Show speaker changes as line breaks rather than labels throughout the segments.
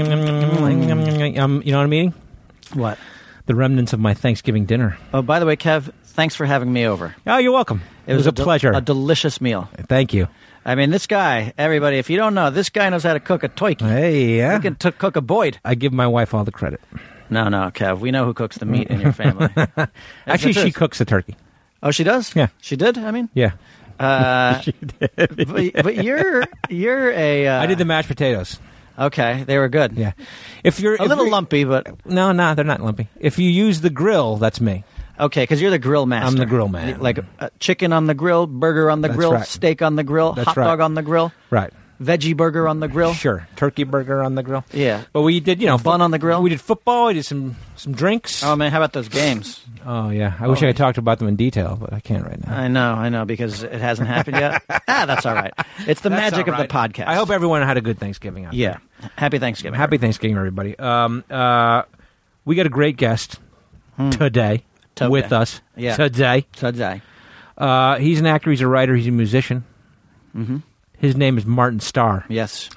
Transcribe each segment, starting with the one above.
Um, you know what I'm eating?
What?
The remnants of my Thanksgiving dinner.
Oh, by the way, Kev, thanks for having me over.
Oh, you're welcome. It, was, a,
del-
pleasure.
A delicious meal.
Thank you.
I mean, this guy, everybody, if you don't know, this guy knows how to cook a toiki.
Hey, yeah.
He can t- cook a boyd.
I give my wife all the credit.
No, no, Kev, we know who cooks the meat in your family. That's
Actually,
the
she
truth.
cooks the turkey.
Oh, she does.
Yeah.
she did. I mean,
Yeah.
uh, but, but you're you're a. Uh,
I did the mashed potatoes.
Okay, they were good.
Yeah. If you're
a
if
little
you're-
lumpy, but
No, no, they're not lumpy. If you use the grill, that's me.
okay, because you're the grill master.
the grill man.
Like uh, chicken on the grill, burger on the
That's
grill,
right.
steak on the grill,
That's
hot
right.
dog on the grill,
Right.
veggie burger on the grill.
Sure. Turkey burger on the grill.
Yeah.
But we did, you know,
Bun on the grill?
We did football. We did some some drinks.
Oh man, how about those games?
oh yeah. I wish I had talked about them in detail, but I can't right now.
I know, I know, because it hasn't happened yet. ah, that's all right. It's the
That's
magic
all
of the
right.
podcast.
I hope everyone had a good Thanksgiving. Out
Yeah. Happy Thanksgiving.
there. Happy Thanksgiving, everybody. Um, uh, we got a great guest today,
Hmm. Today.
with us
Yeah.
today.
Today.
Uh, he's an actor. He's a writer. He's a musician.
Mm-hmm.
His name is Martin Starr,
Yes.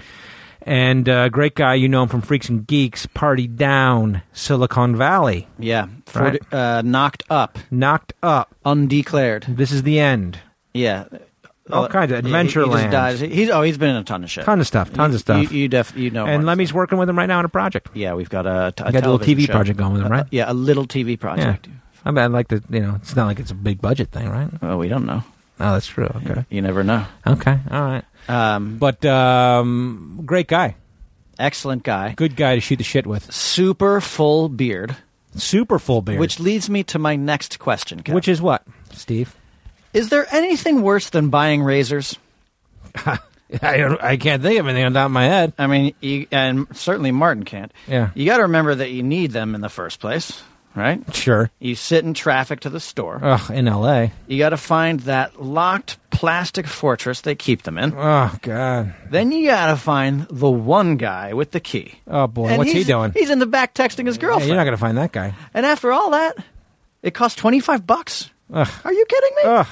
and uh, great guy. You know him from Freaks and Geeks, Party Down, Silicon Valley,
Yeah. For,
Right.
uh, knocked up.
Knocked Up.
Undeclared.
This is the end.
Yeah.
All
Uh,
kinds of
yeah, he- he just
Adventureland.
dies. He's oh, he's been in a ton of shit.
Ton of stuff. Tons
You-
of stuff.
You, you def you know.
and
Mark.
Lemmy's working with him right now on a project.
Yeah, we've got a, t- a
You got a little
television
TV
show.
project going with him,
Uh,
right?
yeah, a little TV project.
I mean, I like the you know, it's not like it's a big budget thing, right?
Well, we don't know.
Oh, that's true. Okay,
You never know.
okay, all right.
Um,
But um, great guy,
excellent guy.
good guy to shoot the shit with.
Super full beard,
Super full beard,
which leads me to my next question. Kev.
which is what, Steve?
Is there anything worse than buying razors?
I don't, I can't think of anything on top of my head.
I mean, you, and certainly Martin can't.
Yeah.
You got to remember that you need them in the first place, right?
Sure.
You sit in traffic to the store.
Ugh, in L.A.
You got to find that locked plastic fortress they keep them in.
Oh God.
Then you got to find the one guy with the key.
Oh boy,
And
what's he
he's-
doing?
He's in the back texting his
Yeah,
girlfriend.
you're not gonna find that guy.
and after all that, it costs 25 bucks.
Ugh.
Are you kidding me?
Ugh,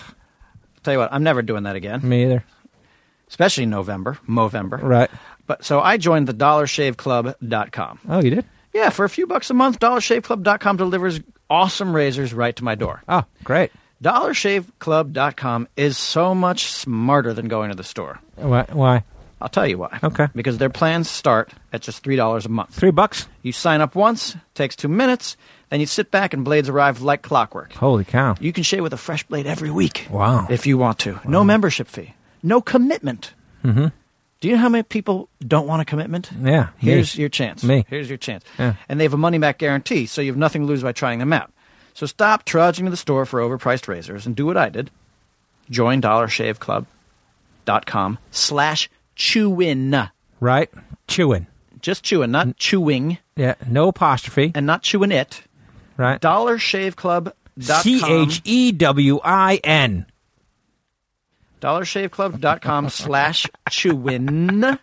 Tell you what, I'm never doing that again,
me either.
especially November, Movember.
Right.
But so I joined the dollarshaveclub.com.
Oh, you did.
Yeah, for a few bucks a month, dollarshaveclub.com delivers awesome razors right to my door.
Oh, great.
Dollarshaveclub.com is so much smarter than going to the store.
Why? why?
I'll tell you why.
Okay.
Because their plans start at just $3 a month.
Three bucks.
You sign up once, takes 2 minutes, then you sit back and blades arrive like clockwork.
Holy cow.
You can shave with a fresh blade every week.
Wow.
If you want to. No membership fee. No commitment.
Mm-hmm.
Do you know how many people don't want a commitment?
Yeah. me.
Here's your chance.
Me.
Here's your chance.
Yeah.
And they have a money back guarantee, so you have nothing to lose by trying them out. So stop trudging to the store for overpriced razors and do what I did. Join dollarshaveclub.com slash chewin.
right. Chewing.
Just chewin, not chewing,
Yeah. No apostrophe.
and not chewing it.
Right.
Dollarshaveclub.com.
C H E W I N.
dollarshaveclub.com slash chewin.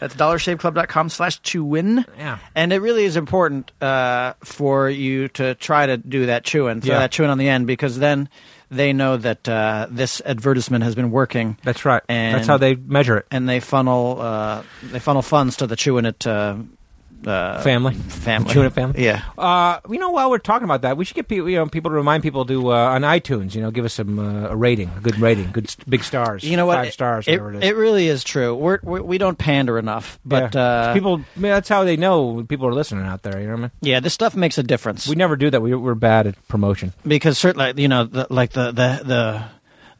That's dollarshaveclub.com slash chewin.
Yeah.
And it really is important uh, for you to try to do that chewin, throw
Yeah.
that chewin on the end, because then they know that uh, this advertisement has been working.
That's right.
And-
That's how they measure it.
And they funnel uh, they funnel funds to the chewin' it uh, uh,
family.
family.
Chewing it family.
Yeah.
Uh, you know, while we're talking about that, we should get people, you know, people to remind people to uh, on iTunes. You know, give us some uh, a rating, a good rating, good st- big stars.
You know what?
Five stars,
It,
whatever
it,
it is.
really is true. We're, we we don't pander enough, but
Yeah.
uh,
people, I mean, that's how they know people are listening out there. You know what I mean?
yeah, this stuff makes a difference.
We never do that. We, we're bad at promotion.
because certainly you know the, like the, the the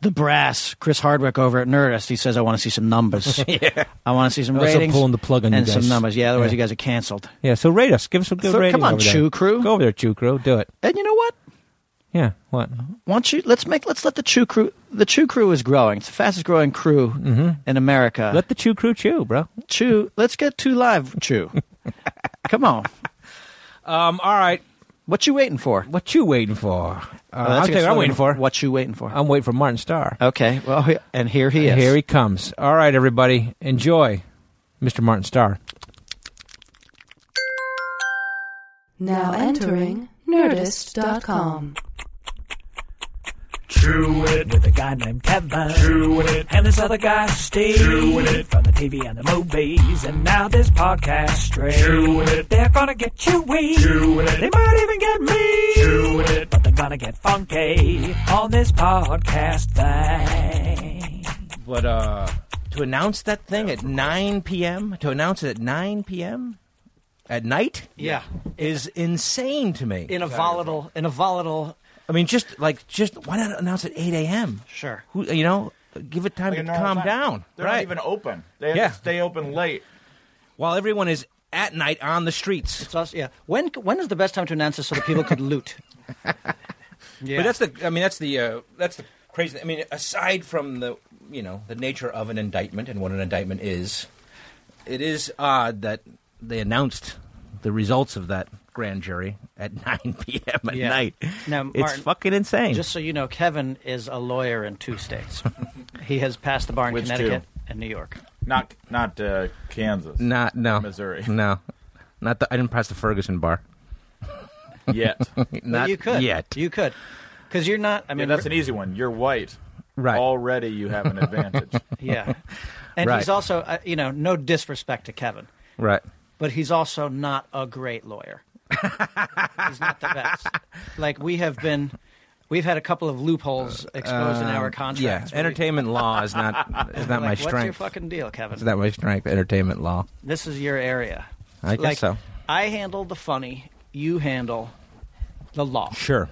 the brass Chris Hardwick over at Nerdist he says I want to see some numbers I want to see some
Also
ratings
pulling the plug on you
and
guys.
some numbers yeah otherwise
Yeah.
you guys are canceled
Yeah. So rate us. Give us a good
So,
rating.
come on,
over there.
Chew Crew.
Go over there, Chew Crew. Do it.
and you know what
Yeah. What?
why don't you let's make let's let the Chew Crew the Chew Crew is growing it's the fastest growing crew in America
Mm-hmm. Let the Chew Crew chew, bro.
Chew let's get two live Chew come on
Um. All right.
what you waiting for
What you waiting for? Uh,
Oh,
I'll
that's
tell you
your
what I'm waiting for.
slogan. what you waiting for
I'm waiting for Martin Starr.
okay well he- and here he is
Here he comes. All right, everybody. Enjoy Mr. Martin Starr.
Now entering Nerdist.com.
Chewing it.
With a guy named Kevin.
Chewing it.
And this other guy, Steve.
Chewing it.
From the TV and the movies. And now this podcast straight.
Chewing it.
They're gonna get chewy.
Chewing it.
They might even get me.
Chewing it.
But they're gonna get funky on this podcast thing.
But uh, to announce that thing at 9 p.m., to announce it at 9 p.m. at night
Yeah.
is insane to me.
In a volatile, in a volatile,
I mean, just like, just why not announce at 8 a.m.?
sure.
Who, you know, give it time
Like a
to
normal
calm
time.
down.
They're
right.
not even open. They have
Yeah.
to stay open late.
While everyone is at night on the streets.
So, yeah. When when is the best time to announce this so that people could loot? yeah.
But that's the. I mean, that's the. Uh, that's the crazy. I mean, aside from the, you know, the nature of an indictment and what an indictment is, it is odd that they announced the results of that grand jury at 9 p.m. at
Yeah.
night.
Now,
it's
Martin,
fucking insane.
Just so you know, Kevin is a lawyer in two states. he has passed the bar in
Which
Connecticut
two?
and New York.
Not not uh, Kansas.
not no
Missouri.
No, not the. I didn't pass the Ferguson bar.
yet.
Not
But you could.
yet.
You could. Because you're not. I
yeah,
mean,
that's an easy one. You're white.
Right.
Already you have an advantage.
yeah. And
Right.
he's also, uh, you know, no disrespect to Kevin,
right.
but he's also not a great lawyer. he's not the best. Like we have been, we've had a couple of loopholes exposed in our
Um, Yeah.
contracts. where we-
Entertainment law is not is not
like,
my
what's
strength.
your fucking deal, Kevin?
It's not my strength. Entertainment law.
this is your area.
I guess
like,
so.
I handle the funny. You handle the law.
Sure.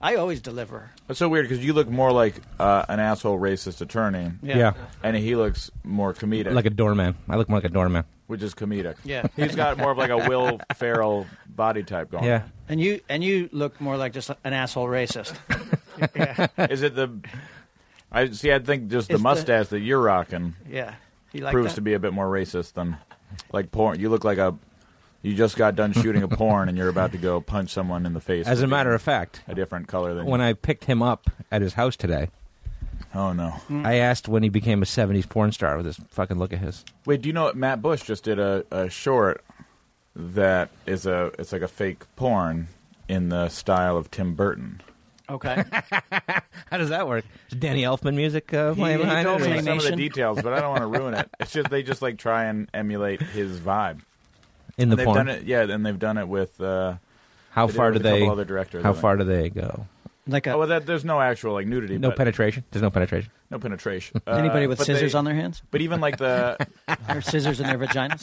I always deliver.
That's so weird because you look more like uh, an asshole racist attorney,
Yeah.
and he looks more comedic,
Like a doorman. I look more like a doorman.
which is comedic.
Yeah.
He's got more of like a Will Ferrell body type going.
Yeah.
And you and you look more like just an asshole racist. yeah.
Is it the? I see. I think just the
It's the-
mustache that you're rocking
Yeah. You like
proves
that?
to be a bit more racist than like porn. You look like a. You just got done shooting a porn, and you're about to go punch someone in the face.
As a
with
matter of fact,
a different color than
when I picked him up at his house today,
Oh no!
I asked when he became a 70s porn star with this fucking look at his.
Wait, do you know what Matt Bush just did a, a short that is a it's like a fake porn in the style of Tim Burton.
Okay.
How does that work? Is Danny Elfman music uh, playing
he
behind
told
it?
I
or-
don't know some of the
Animation?
details, but I don't want to ruin it. It's just they just like try and emulate his vibe.
In the
they've
porn.
done it, yeah, and they've done it with. Uh,
how
they did
far
it
do
with a couple
they?
other directors, I
how
think.
far do they go?
Like a,
oh, well, that, there's no actual like nudity,
No
but-
penetration. There's no penetration.
no penetration. Uh,
anybody with
but
scissors
they-
on their hands
But even like the,
or scissors in their vaginas.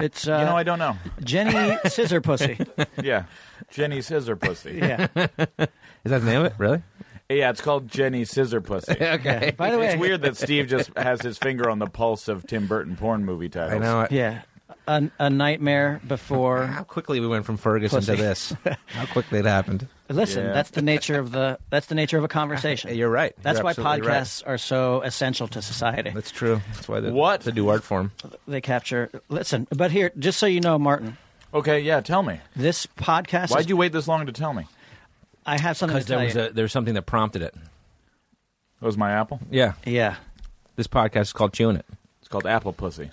It's uh,
you know, I don't know.
Jenny Scissor Pussy.
Yeah, Jenny Scissor Pussy. Yeah,
Yeah.
Is that the name of it? Really?
it's called Jenny Scissor Pussy.
Okay. By the way,
It's weird that Steve just has his finger on the pulse of Tim Burton porn movie
I
titles.
know. it.
Yeah. A, a nightmare before.
How quickly we went from Ferguson
Pussy.
to this. How quickly it happened.
Listen,
Yeah.
that's the nature of the that's the nature of a conversation.
You're right.
That's
You're
why
absolutely right.
podcasts are so essential to society.
That's true. That's why the
What?
the new art form.
they capture. Listen, but here, just so you know, Martin,
Okay, yeah, tell me.
this podcast.
Why'd
is-
you wait this long to tell me?
I have something to
Because
tell
there was
you.
a there was something that prompted it.
That was my apple.
Yeah.
yeah,
This podcast is called Chewing It.
It's called Apple Pussy.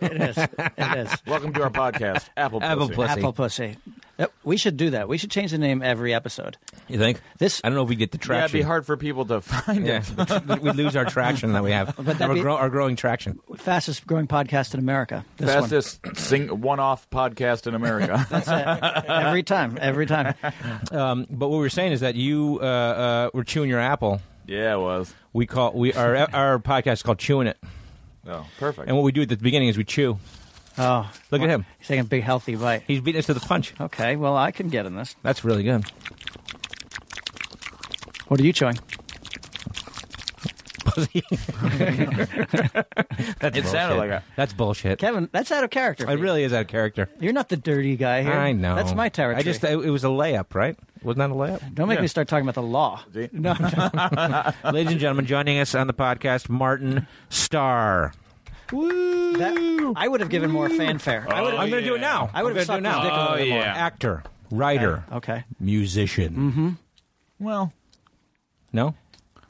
it is. It is.
Welcome to our podcast, Apple
Apple
Pussy.
Pussy.
Apple pussy. Uh, We should do that. We should change the name every episode.
You think?
This-
I don't know if we get the
Yeah, it'd
traction.
be hard for people to find
Yeah,
it.
we lose our traction that we have.
that'd
our,
be-
grow, our growing traction.
Fastest growing podcast in America. This one.
Fastest sing- one-off podcast in America.
Every time. Every time.
Um, but what we were saying is that you uh, uh, were chewing your apple.
yeah, it was.
We call we our our podcast is called Chewing It,
Oh, perfect.
and what we do at the beginning is we chew.
Oh,
Look at him.
He's taking a big healthy bite.
He's beating us to the punch.
Okay, well, I can get in this.
That's really good.
What are you chewing?
That's
It sounded like a-
that's bullshit.
Kevin, that's out of character. for
it
you.
really is out of character.
You're not the dirty guy here.
I know.
That's my territory.
I just uh, it, it was a layup, right? Wasn't that a layup?
Don't make me start talking about the law.
See?
No, no.
Ladies and gentlemen, joining us on the podcast, Martin Starr. Woo!
That- I would have given more fanfare. I would
I'm going to do it now.
I would've
I'm gonna do it
sucked his dick a
now. Oh,
little bit more.
Actor, writer,
Okay.
musician.
well,
No,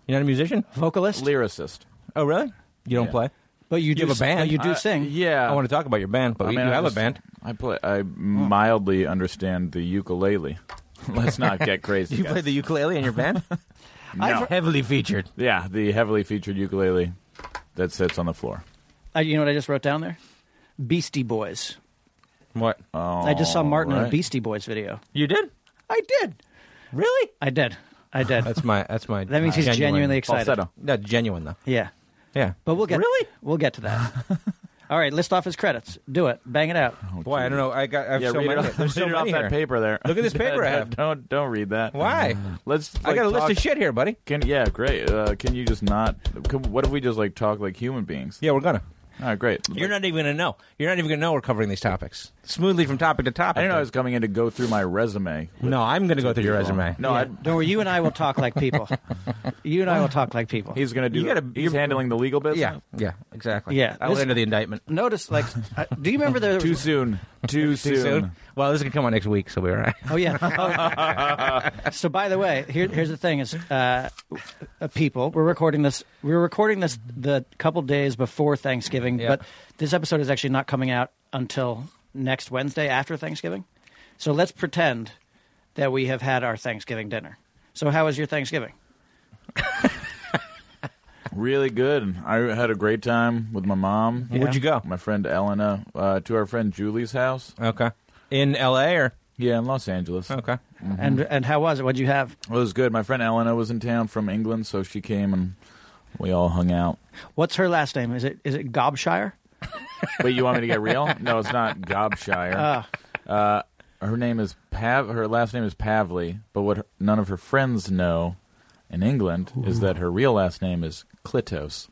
you're not a musician.
Vocalist?
lyricist.
Oh, really? You don't
Yeah.
play?
But you, do
have a
s-
band?
but you do
Uh,
sing.
yeah.
I want to talk about your band, Mm. but we do
I
have
just-
a band.
I play. I mildly understand the ukulele. Let's not get crazy.
You
guys.
played the ukulele in your band?
I've-
Heavily featured.
yeah, the heavily featured ukulele that sits on the floor.
I, Uh, you know what I just wrote down there? Beastie Boys.
What?
I just saw Martin in a
right.
Beastie Boys video.
Uh, You did?
I did.
Really?
I did. I did.
That's my. That's my.
that means he's genuinely excited.
Falsetto.
Not genuine though.
Yeah.
Yeah.
But we'll get
really.
We'll get to that. All right, list off his credits. Do it. Bang it out.
Boy, I don't know. I got. I have
Yeah,
so
read
many.
it off,
There's so
read it off
many
that
here.
paper there.
Look at this paper I have.
Don't don't read that.
Why?
Let's.
I got a
like,
list of
talk-
shit here, buddy.
Can, yeah, great. Uh, can you just not? Can, what if we just like talk like human beings?
Yeah, we're gonna.
All right, great.
You're not even gonna know. You're not even gonna know we're covering these topics smoothly from topic to topic.
I didn't know I was coming in to go through my resume.
No, I'm gonna go through your
people.
resume.
No,
Yeah.
I,
Don't worry. You and I will talk like people. you and I will talk like people.
he's going to do.
You gotta-
he's
you're-
handling the legal business.
Yeah. Yeah. Exactly.
Yeah,
I'll
this-
enter the indictment.
Notice, like, I, do you remember the?
Too soon. Too,
Too soon. Well, this is gonna come out next week, so we're all right.
Oh yeah. Oh. so by the way, here, here's the thing: is uh, uh, people we're recording this. We're recording this the couple days before Thanksgiving,
Yeah.
but this episode is actually not coming out until next Wednesday after Thanksgiving. So let's pretend that we have had our Thanksgiving dinner. So how was your Thanksgiving?
Really good. I had a great time with my mom.
Where'd you go?
My friend Elena uh, to our friend Julie's house.
Okay. In L.A. or
Yeah, in Los Angeles.
okay.
And and how was it? What'd you have?
It was good. My friend Elena was in town from England, so she came and we all hung out.
What's her last name? Is it is it Gobshire?
Wait, you want me to get real? No, it's not Gobshire. Uh,
Ah.
her name is Pav. Her last name is Pavley, but what her, none of her friends know in England is that her real last name is Clitos.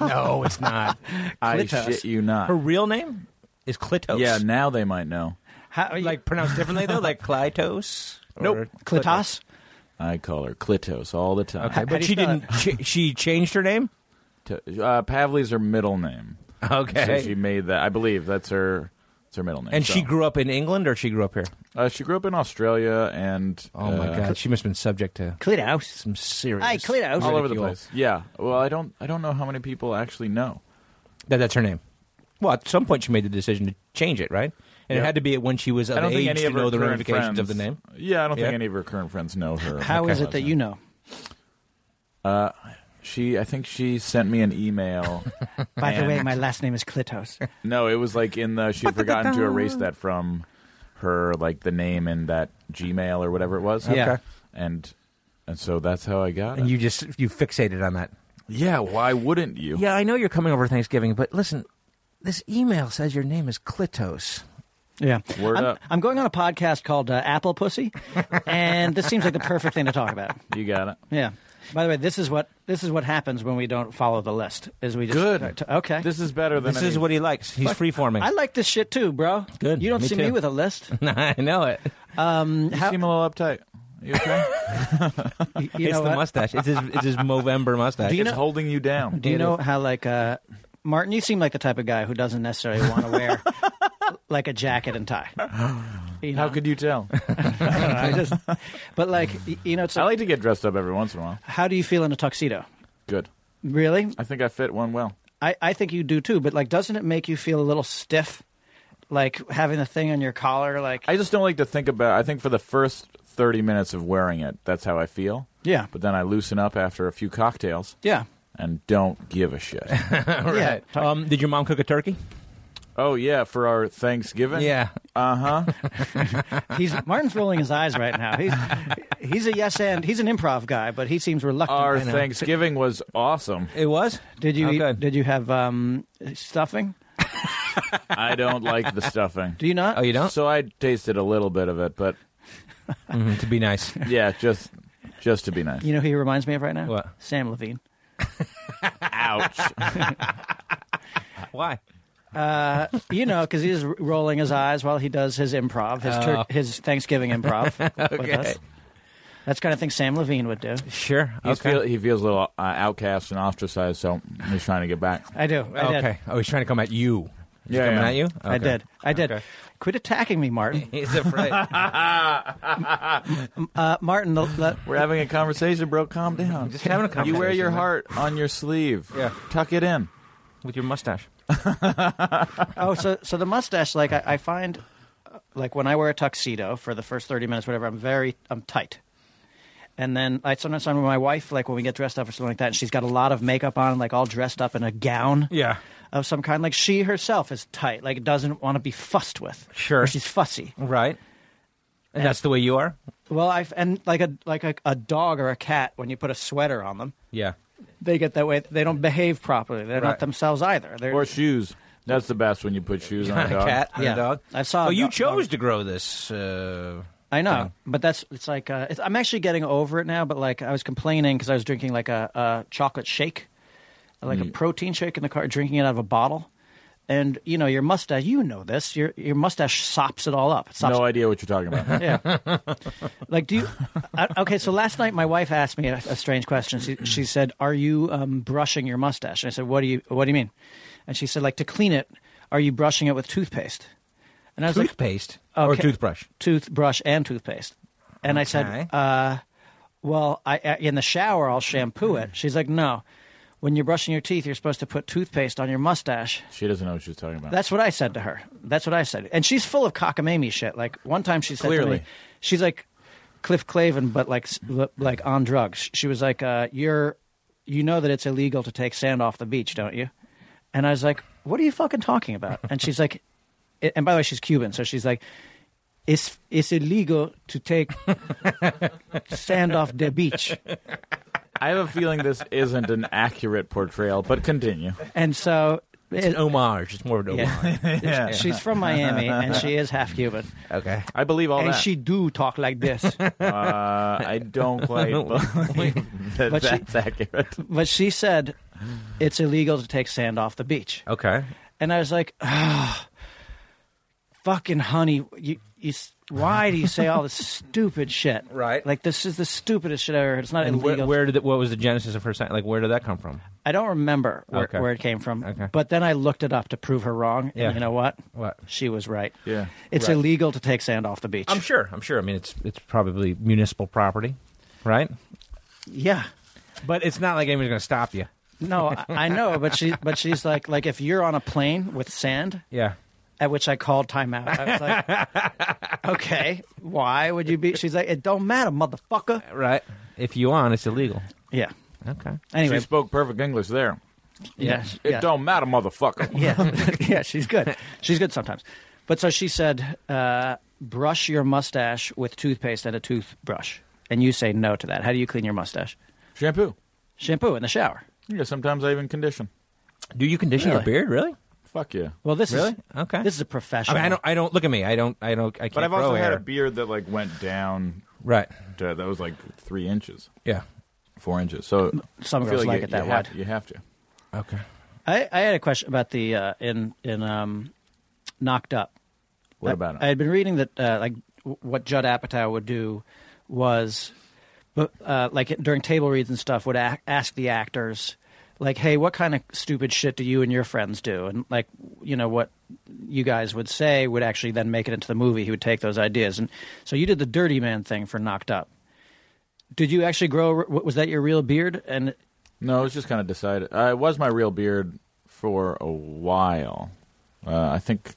No, it's not.
I
Clitos.
shit you not.
Her real name is Clitos.
yeah, now they might know.
How,
like pronounced differently though, like Clitos. or-
Nope.
Clitos?
I call her Clitos all the time.
Okay,
How do
but
you
she
spell
didn't. She, she changed her name.
To- uh, Pavley's her middle name,
Okay.
so she made that. I believe that's her. It's her middle name.
and she
so.
grew up in England, or she grew up here.
Uh, she grew up in Australia and
Oh my
uh,
God, she must have been subject to
Clitos.
some serious.
Hey, Clitos.
all over the
ridicule.
place. Yeah. Well, I don't. I don't know how many people actually know.
That that's her name. Well, at some point she made the decision to change it, right? And
Yeah.
it had to be when she was of
I don't
age
think any
to
of her
know the
current
ramifications
friends,
of the name.
Yeah, I don't
Yeah.
think any of her current friends know her.
How is it that you know?
She. I think she sent me an email.
By the
And-
way, my last name is Clitos.
no, it was like in the. She had forgotten to erase that from her, like the name in that Gmail or whatever it was.
Yeah. Okay.
And and so that's how I got
And
it.
you just you fixated on that.
yeah. Why wouldn't you?
Yeah, I know you're coming over Thanksgiving, but listen, this email says your name is Clitos.
Yeah.
Word
I'm,
up.
I'm going on a podcast called uh, Apple Pussy, and this seems like the perfect thing to talk about.
You got it.
Yeah. By the way, this is what this is what happens when we don't follow the list. Is we just
Good.
okay?
This is better than.
This is
any-
what he likes. He's freeforming.
I like this shit too, bro.
Good.
You don't
Me
see me
too.
with a list.
I know it.
You seem a little uptight. You okay?
You
it's
know
the
what?
mustache. It's his, it's his Movember mustache.
Do you
it's
know-
holding you down.
Do you know how like uh, Martin? You seem like the type of guy who doesn't necessarily want to wear like a jacket and tie. You
How
know?
could you tell?
I just? But like y- you know, it's
I
like,
like to get dressed up every once in a while.
how do you feel in a tuxedo?
Good.
Really?
I think I fit one well.
I, I think you do too, but like, doesn't it make you feel a little stiff? Like having the thing on your collar, like,
I just don't like to think about. I think for the first thirty minutes of wearing it, that's how I feel.
yeah,
But then I loosen up after a few cocktails
yeah,
and don't give a shit.
yeah.
Um, did your mom cook a turkey?
oh yeah, for our Thanksgiving.
Yeah.
Uh huh.
He's Martin's rolling his eyes right now. He's he's a yes and he's an improv guy, but he seems reluctant.
Our Thanksgiving was awesome.
It was?
did you
Oh,
eat,
good.
did you have um, stuffing?
I don't like the stuffing.
Do you not?
Oh, you don't?
So I tasted a little bit of it, but
Mhm, to be nice.
yeah, just just to be nice.
You know who he reminds me of right now?
What?
Sam Levine.
Ouch.
Why?
Uh, You know, because he's r- rolling his eyes while he does his improv, his
Oh.
tur- his Thanksgiving improv. with us. That's the kind of thing Sam Levine would do.
Sure.
He's
okay.
feel, he feels a little uh, outcast and ostracized, so he's trying to get back.
I do. I did.
okay. Oh, he's trying to come at you. He's
Yeah,
coming
yeah.
at you?
I
Okay.
did. I did.
Okay.
Quit attacking me, Martin.
He's afraid.
Uh, Martin, the, the,
We're having a conversation, bro. Calm down.
Just having a conversation.
You wear your
man.
heart on your sleeve.
Yeah.
Tuck it in.
with your mustache.
oh, so so the mustache, like I, I find like when I wear a tuxedo for the first thirty minutes, whatever, I'm very I'm tight. And then I sometimes I'm with my wife, like when we get dressed up or something like that, and she's got a lot of makeup on, like all dressed up in a gown
Yeah.
of some kind. Like she herself is tight, like doesn't want to be fussed with.
Sure.
Or she's fussy.
Right. And that's the way you are.
Well, I and like a like a, a dog or a cat when you put a sweater on them,
Yeah.
they get that way. They don't behave properly. They're
Right.
not themselves either. They're,
Or shoes. That's the best when you put shoes on a dog.
cat and
Yeah.
a dog.
I saw
Oh,
a
you
dog-
chose to grow this. Uh,
I know, but that's it's like uh, it's, I'm actually getting over it now. But like I was complaining because I was drinking like a, a chocolate shake, like a protein shake in the car, drinking it out of a bottle, and you know your mustache. You know this. Your your mustache sops it all up. It sops
No idea what you're talking about.
Yeah. like, do you? I, okay, so last night my wife asked me a, a strange question. She, she said, "Are you um, brushing your mustache?" And I said, "What do you What do you mean?" And she said, "Like to clean it, are you brushing it with toothpaste?" And I was like,
toothpaste or
Okay.
toothbrush.
"Toothbrush and toothpaste." And I
Okay.
said, uh, "Well, I, I in the shower I'll shampoo it." She's like, "No." When you're brushing your teeth, you're supposed to put toothpaste on your mustache.
She doesn't know what she's talking about.
That's what I said to her. That's what I said. And she's full of cockamamie shit. Like one time she said to
Clearly.
me, she's like Cliff Clavin, but like s- li- like on drugs. She was like, uh, "You're, you know that it's illegal to take sand off the beach, don't you?" And I was like, "What are you fucking talking about?" And she's like, it- "And by the way, she's Cuban, so she's like." It's, it's illegal to take sand off the beach.
I have a feeling this isn't an accurate portrayal, but continue.
And so
It's an homage. It's more of an homage.
it- she's from Miami and she is half Cuban.
okay.
I believe all
And
that.
she do talk like this.
uh, I don't quite believe that
But she-
that's accurate.
But she said it's illegal to take sand off the beach.
Okay.
And I was like, "Ah, fucking honey, you, you, s- why do you say all this stupid shit?
Right.
Like, this is the stupidest shit I ever heard. It's not
And
illegal.
where, where did it, what was the genesis of her saying? Like, where did that come from?
I don't remember where,
Okay.
where it came from.
Okay.
But then I looked it up to prove her wrong.
Yeah.
And you know what?
What?
She was right.
Yeah.
It's illegal to take sand off the beach.
I'm sure. I'm sure. I mean, it's it's probably municipal property, right?
yeah.
But it's not like anyone's going to stop you.
No, I, I know, but she, but she's like, like if you're on a plane with sand,
Yeah.
At which I called timeout. I was like, okay, why would you be? She's like, it don't matter, motherfucker.
Right. If you on, it's illegal.
Yeah.
Okay.
Anyway,
She spoke perfect English there.
yeah,
It
yeah,
don't matter, motherfucker.
yeah, yeah. She's good. She's good sometimes. But so she said, uh, brush your mustache with toothpaste and a toothbrush. And you say no to that. How do you clean your mustache?
Shampoo.
Shampoo in the shower.
Yeah, sometimes I even condition.
Do you condition your
Really?
beard? Really?
Fuck yeah.
Well, this
Really?
is
Okay.
This is a
I
professional.
mean, I don't. I don't look at me. I don't. I don't. I can't
But I've
grow
also
hair.
had a beard that like went down
Right.
to uh, that was like three inches,
Yeah.
four inches. So
Some
I feel
girls like
you-
it that
you have-
wide.
You have to.
Okay.
I, I had a question about the uh, in in um, knocked up.
What
I-
about it?
I had been reading that uh, like w- what Judd Apatow would do was, but uh, like during table reads and stuff, would a- ask the actors like, "Hey, what kind of stupid shit do you and your friends do?" And like, you know what you guys would say would actually then make it into the movie. He would take those ideas, and so you did the Dirty Man thing for Knocked Up. Did you actually grow? w- Was that your real beard? And
No, it was just kind of decided. Uh, it was my real beard for a while. Uh, I think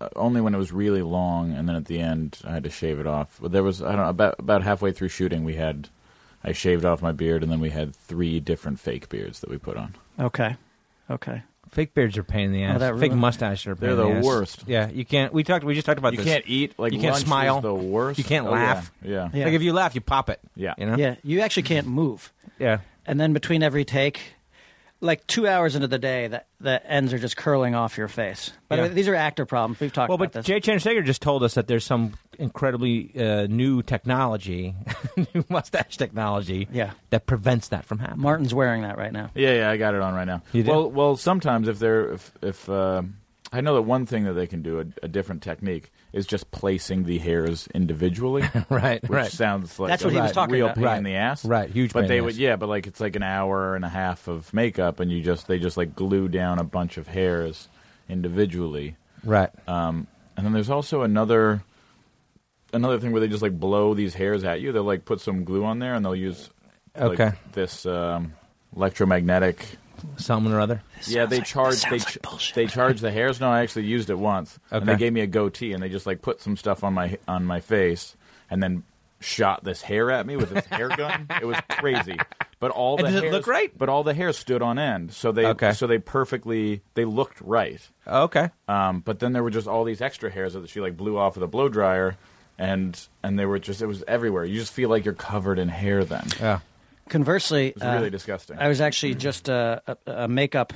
uh, only when it was really long, and then at the end I had to shave it off. But there was I don't know about about halfway through shooting we had I shaved off my beard, and then we had three different fake beards that we put on.
okay, okay.
Fake beards are a pain in the ass.
Oh, that
Fake
really-
mustaches are. a pain
They're
in the
the
ass.
worst.
Yeah. You can't. We talked. We just talked about
You
this.
can't eat like
You can't
lunch
smile.
Is the worst.
You can't
Oh,
laugh.
Yeah. yeah.
Yeah.
Like if you laugh, you pop it.
Yeah.
You know.
Yeah, you actually can't move.
Yeah.
and then between every take, like two hours into the day, the, the ends are just curling off your face. But
Yeah.
these are actor problems. We've talked
Well,
about
but
this.
Jay Chandrasekhar just told us that there's some incredibly uh, new technology, new mustache technology,
Yeah.
that prevents that from happening.
Martin's wearing that right now.
Yeah, yeah, I got it on right now.
You do?
Well, well, sometimes if they're if, if uh, I know that one thing that they can do a, a different technique is just placing the hairs individually,
right,
which
right,
sounds like
That's
a
what he was talking
real
about.
pain
Right.
in the ass,
Right, huge
But
pain in
they
the
would,
ass.
yeah, but like it's like an hour and a half of makeup, and you just they just like glue down a bunch of hairs individually,
right.
um, and then there's also another another thing where they just like blow these hairs at you. They'll like put some glue on there, and they'll use like,
Okay.
this um, electromagnetic
something or other.
yeah, they charge.
sounds
They,
like
ch-
bullshit.
they charge the hairs. No, I actually used it once, and they
Okay.
gave me a goatee, and they just like put some stuff on my on my face, and then shot this hair at me with this hair gun. It was crazy. But all the
And does it
hairs,
look right?
But all the hair stood on end, so they
Okay.
so they perfectly they looked right.
Okay.
Um, but then there were just all these extra hairs that she like blew off with a blow dryer, and and they were just it was everywhere. You just feel like you're covered in hair then.
Yeah.
Conversely,
It's really
uh,
disgusting.
I was actually just uh, a, a makeup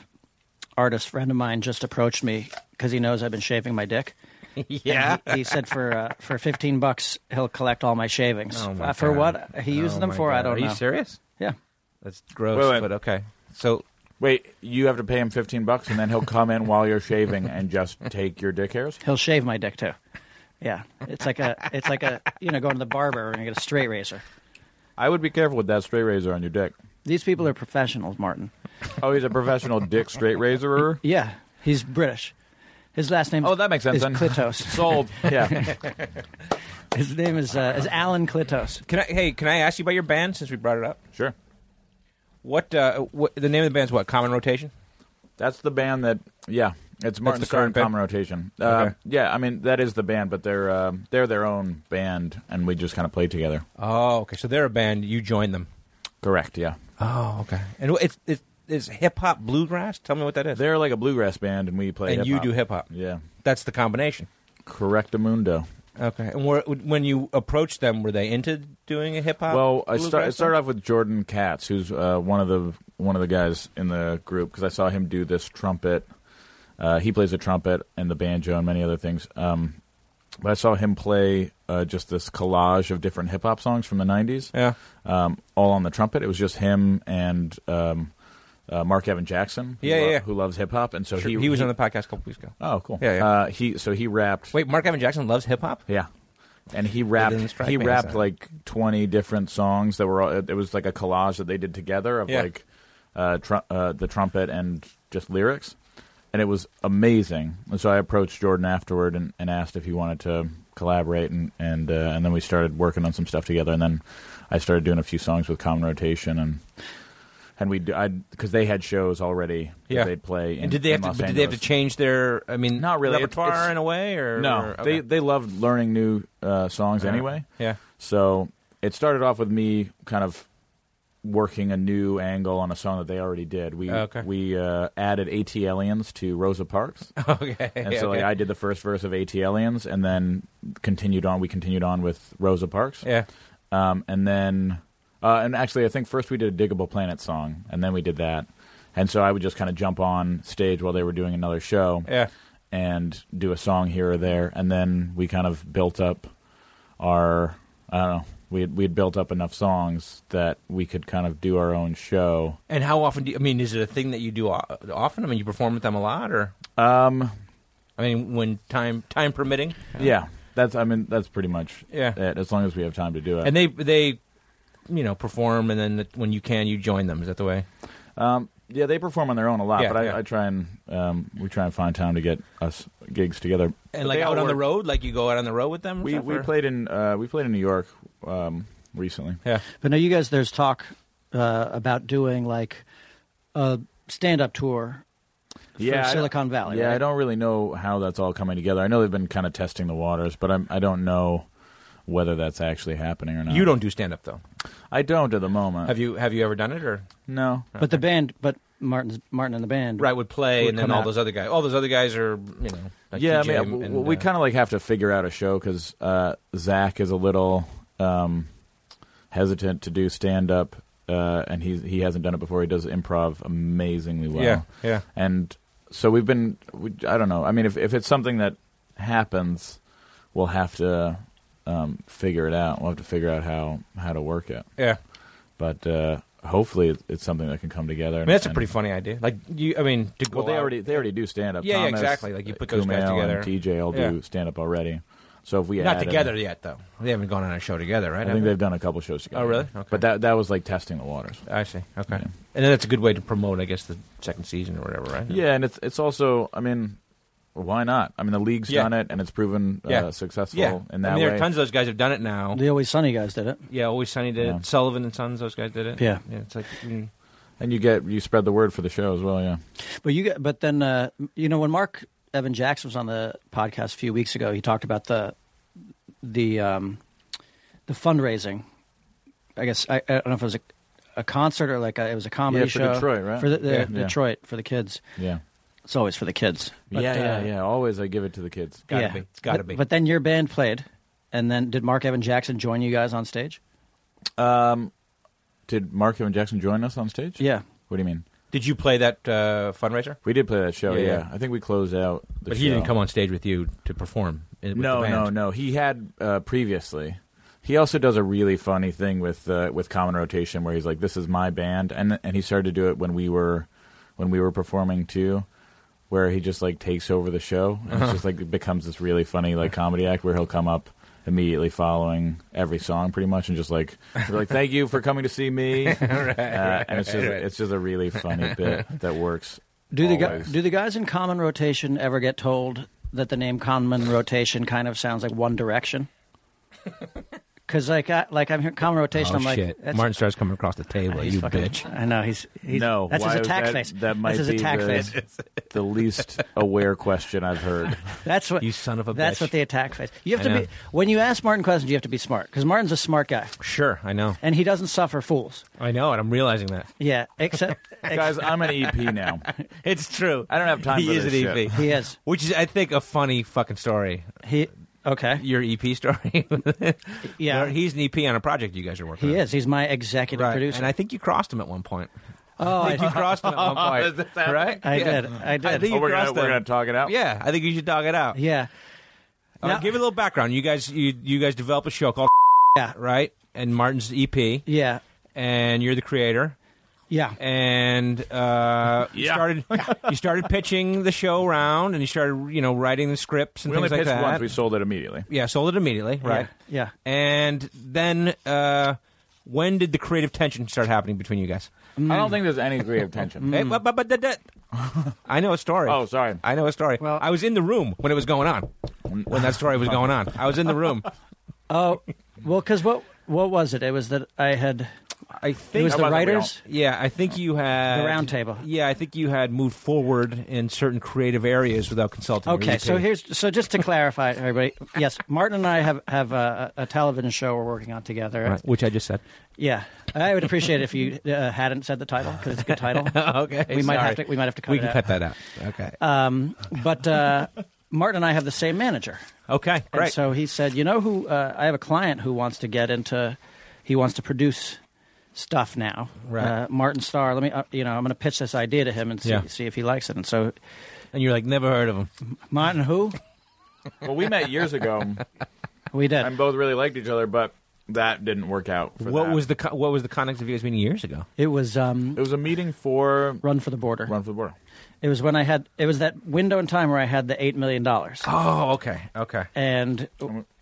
artist friend of mine just approached me because he knows I've been shaving my dick.
Yeah.
And he, he said for uh, for fifteen bucks he'll collect all my shavings.
Oh, my
Uh, for
God.
what he uses
Oh,
them
my
for, I
God.
don't
Are
know.
you serious?
Yeah,
That's gross,
Wait, wait.
but okay. So
Wait, you have to pay him fifteen bucks, and then he'll come in while you're shaving and just take your dick hairs.
he'll shave my dick too. Yeah, it's like a it's like a you know going to the barber and you get a straight razor.
I would be careful with that straight razor on your dick.
These people are professionals, Martin.
Oh, he's a professional dick straight razorer.
Yeah, he's British. His last name
Oh, that makes sense.
is
then.
Clitos.
Sold. Yeah.
His name is uh, is Alan Clitos.
can I? Hey, can I ask you about your band since we brought it up?
Sure.
What? Uh, what the name of the band's what? Common Rotation.
That's the band that. Yeah, it's Martin
the
Starr
current
and
band?
Common Rotation. Uh,
Okay.
Yeah, I mean that is the band, but they're uh, they're their own band, and we just kind of play together.
Oh, okay. So they're a band. You joined them.
Correct. Yeah.
Oh, okay. And it's it's, it's hip hop bluegrass. Tell me what that is.
They're like a bluegrass band, and we play.
and you
hip-hop.
do hip hop.
Yeah.
That's the combination.
Correctamundo.
Okay. And were, when you approached them, were they into doing a hip hop?
Well, I start, I started off with Jordan Katz, who's uh, one of the one of the guys in the group because I saw him do this trumpet. Uh, he plays the trumpet and the banjo and many other things. Um, but I saw him play uh, just this collage of different hip hop songs from the '90s,
Yeah.
um, all on the trumpet. It was just him and um, uh, Mark Evan Jackson, who,
Yeah, yeah,
lo-
yeah.
who loves hip hop, and so
Sure.
he
He, was on the podcast a couple weeks ago.
oh cool
Yeah, yeah.
Uh, he so he rapped
Wait, Mark Evan Jackson loves hip hop?
yeah. And he rapped.
didn't strike
He
me as
rapped
that.
like twenty different songs that were. All, it was like a collage that they did together of
Yeah.
like uh, tru- uh, the trumpet and just lyrics, and it was amazing. And so I approached Jordan afterward and, and asked if he wanted to collaborate, and and uh, and then we started working on some stuff together, and then I started doing a few songs with Common Rotation and. And we, because they had shows already that
Yeah.
they'd play. In,
and did they
in
have to?
Los
but Did they have to
Angeles.
change their? I mean,
Not really. It's-
repertoire
it's-
in a way, or
No,
or-
they
okay. Uh-huh.
they loved learning new uh, songs anyway.
yeah.
So it started off with me kind of working a new angle on a song that they already did. We
Oh, Okay.
we uh, added AT Aliens to Rosa Parks,
Okay.
and
okay.
so like, I did the first verse of AT Aliens, and then continued on. We continued on with Rosa Parks,
yeah.
um, and then uh, and actually I think first we did a Diggable Planet song, and then we did that. And so I would just kind of jump on stage while they were doing another show,
Yeah.
and do a song here or there, and then we kind of built up our I don't know we had, we had built up enough songs that we could kind of do our own show.
And how often do you, I mean? Is it a thing that you do o- often? I mean, you perform with them a lot, or
Um,
I mean, when time time permitting.
yeah, that's I mean that's pretty much
Yeah.
it, as long as we have time to do it.
And they they, you know, perform, and then when you can, you join them. Is that the way?
um, yeah, they perform on their own a lot,
Yeah,
but I,
yeah.
I try and um, we try and find time to get us gigs together. But
And like
they all
out on the
work-
road, like you go out on the road with them. or
we
stuff,
we
or-
played in uh, we played in New York um, recently.
Yeah.
But now you guys, there's talk uh, about doing like a stand-up tour
I
for
don't-
Silicon Valley.
Yeah,
right?
I don't really know how that's all coming together. I know they've been kind of testing the waters, but I'm, I don't know whether that's actually happening or not.
You don't do stand up though.
I don't at the moment.
Have you have you ever done it or
No.
But the band, but Martin's Martin and the band,
right would play
Would
and then
come
all
out.
those other guys. All those other guys are you know. Like
yeah,
DJ
I mean,
and,
w- we
uh,
kind of like have to figure out a show because uh, Zach is a little um, hesitant to do stand up, uh, and he's he hasn't done it before. He does improv amazingly well.
Yeah, yeah.
And so we've been. We, I don't know. I mean, if if it's something that happens, we'll have to um, figure it out. We'll have to figure out how how to work it.
yeah.
But uh, hopefully, it's- it's something that can come together.
I mean, that's a pretty funny idea. Like you, I mean, to go
Well, they
out-
already they already do stand up.
Yeah, yeah, exactly. Like, you put those guys together.
TJ all
Yeah.
do stand up already. So if we
not
add in-
together yet though. They haven't gone on a show together, right?
I
Have
think they've done a couple shows together.
Oh, really? Okay.
But that that was like testing the waters.
they? I see. Okay, and then that's a good way to promote, I guess, the second season or whatever, right?
Yeah, and it's it's also I mean, why not? I mean, the league's
Yeah.
done it and it's proven
Yeah.
uh, successful
yeah.
in
I
that
mean, there
way.
are tons of those guys have done it now.
The Always Sunny guys did it.
yeah, Always Sunny did
Yeah.
it. Sullivan and Sons, those guys did it.
Yeah.
yeah it's like mm,
And you get you spread the word for the show as well, yeah.
But you, get- but then uh, you know when Mark Evan Jackson was on the podcast a few weeks ago, he talked about the the um, the fundraising. I guess I, I don't know if it was a, a concert or like a, it was a comedy
Yeah, for
show
Detroit, right?
For the, the,
Yeah.
Detroit for the kids.
Yeah.
It's always for the kids. But,
yeah, yeah,
uh,
yeah. Always I give it to the kids.
Gotta
yeah.
be. It's gotta
But-
be.
But then your band played, and then did Mark Evan Jackson join you guys on stage?
Did Mark Evan Jackson join us on stage?
Yeah.
What do you mean?
Did you play that uh, fundraiser?
We did play that show,
Yeah,
yeah.
yeah.
I think we closed out the
But he didn't
show.
come on stage with you to perform. i- With
no,
the band.
no, no. He had uh, previously. He also does a really funny thing with uh, with Common Rotation, where he's like, "This is my band," and and he started to do it when we were when we were performing too, where he just like takes over the show and it's just like it becomes this really funny like comedy act where he'll come up immediately following every song pretty much and just like be like thank you for coming to see me uh, and it's just it's just a really funny bit that works
Do the
always.
gu- do the guys in Common Rotation ever get told that the name Common Rotation kind of sounds like One Direction? Because like I, like I'm here Common Rotation,
Oh,
I'm like
shit.
that's-
Martin starts coming across the table.
he's
You
fucking-
bitch.
I know he's, he's
no,
That's
why
his
was
attack
that,
face.
That might
that's his
be
attack
the,
face.
the least aware question I've heard.
That's what
You son of a
That's
bitch.
what the attack face. You have
I
to
know.
be when you ask Martin questions, you have to be smart because Martin's a smart guy
Sure, I know.
and he doesn't suffer fools.
I know, and I'm realizing that.
Yeah, except
Guys, I'm an EP now.
It's true.
I don't have time
he
for
is
this
an EP.
shit.
he is
Which is, I think, a funny fucking story.
he okay.
Your EP story.
Yeah,
Where he's an EP on a project you guys are working
he
on.
is. He's my executive
Right.
producer.
And I think you crossed him at one point.
oh,
I think you crossed him at one point. right?
I
Yeah.
did. I did.
I think
Oh,
you
we're gonna
crossed
we're
him.
gonna talk it out.
Yeah, I think you should dog it out.
yeah.
Uh,
Now-
give it a little background. You guys, you you guys develop a show called
Yeah.
right, and Martin's the EP,
Yeah.
and you're the creator,
Yeah.
and uh, you
Yeah.
started you started pitching the show around, and you started you know writing the scripts and
We only
things like that.
pitched once. We sold it immediately.
yeah, sold it immediately, right?
Yeah.
And then uh, when did the creative tension start happening between you guys?
I don't think there's any degree of tension.
Hey, but, but, but, that- that- I know a story.
Oh, sorry.
I know a story.
Well-
I was in the room when it was going on. When that story was going on, I was in the room.
Oh, well, because what what was it? It was that I had.
I
It
think
was the
wasn't real.
writers.
Yeah, I think you had
The round table.
Yeah, I think you had moved forward in certain creative areas without consulting. your
Okay,
EP.
so here's so just to clarify, everybody. Yes, Martin and I have have a, a television show we're working on together.
Right, which I just said.
Yeah, I would appreciate it if you uh, hadn't said the title because it's a good title.
Okay,
we might have
sorry.
to we might have to cut
we
it
can
out.
cut that out. Okay,
Um, but uh, Martin and I have the same manager.
okay, great.
And so he said, "You know who? Uh, I have a client who wants to get into. He wants to produce stuff now.
Right.
Uh, Martin Starr. Let me. Uh, you know, I'm going to pitch this idea to him and see
Yeah.
see if he likes it. And so,
and you're like, never heard of him.
Martin, who
Well, we met years ago,
we did.
and both really liked each other, but that didn't work out. For
What
that.
was the co- what was the context of you guys meeting years ago?
it was um,
It was a meeting for
Run for the Border.
Run for the Border.
It was when I had. It was that window in time where I had the eight million dollars,
Oh, okay, okay,
and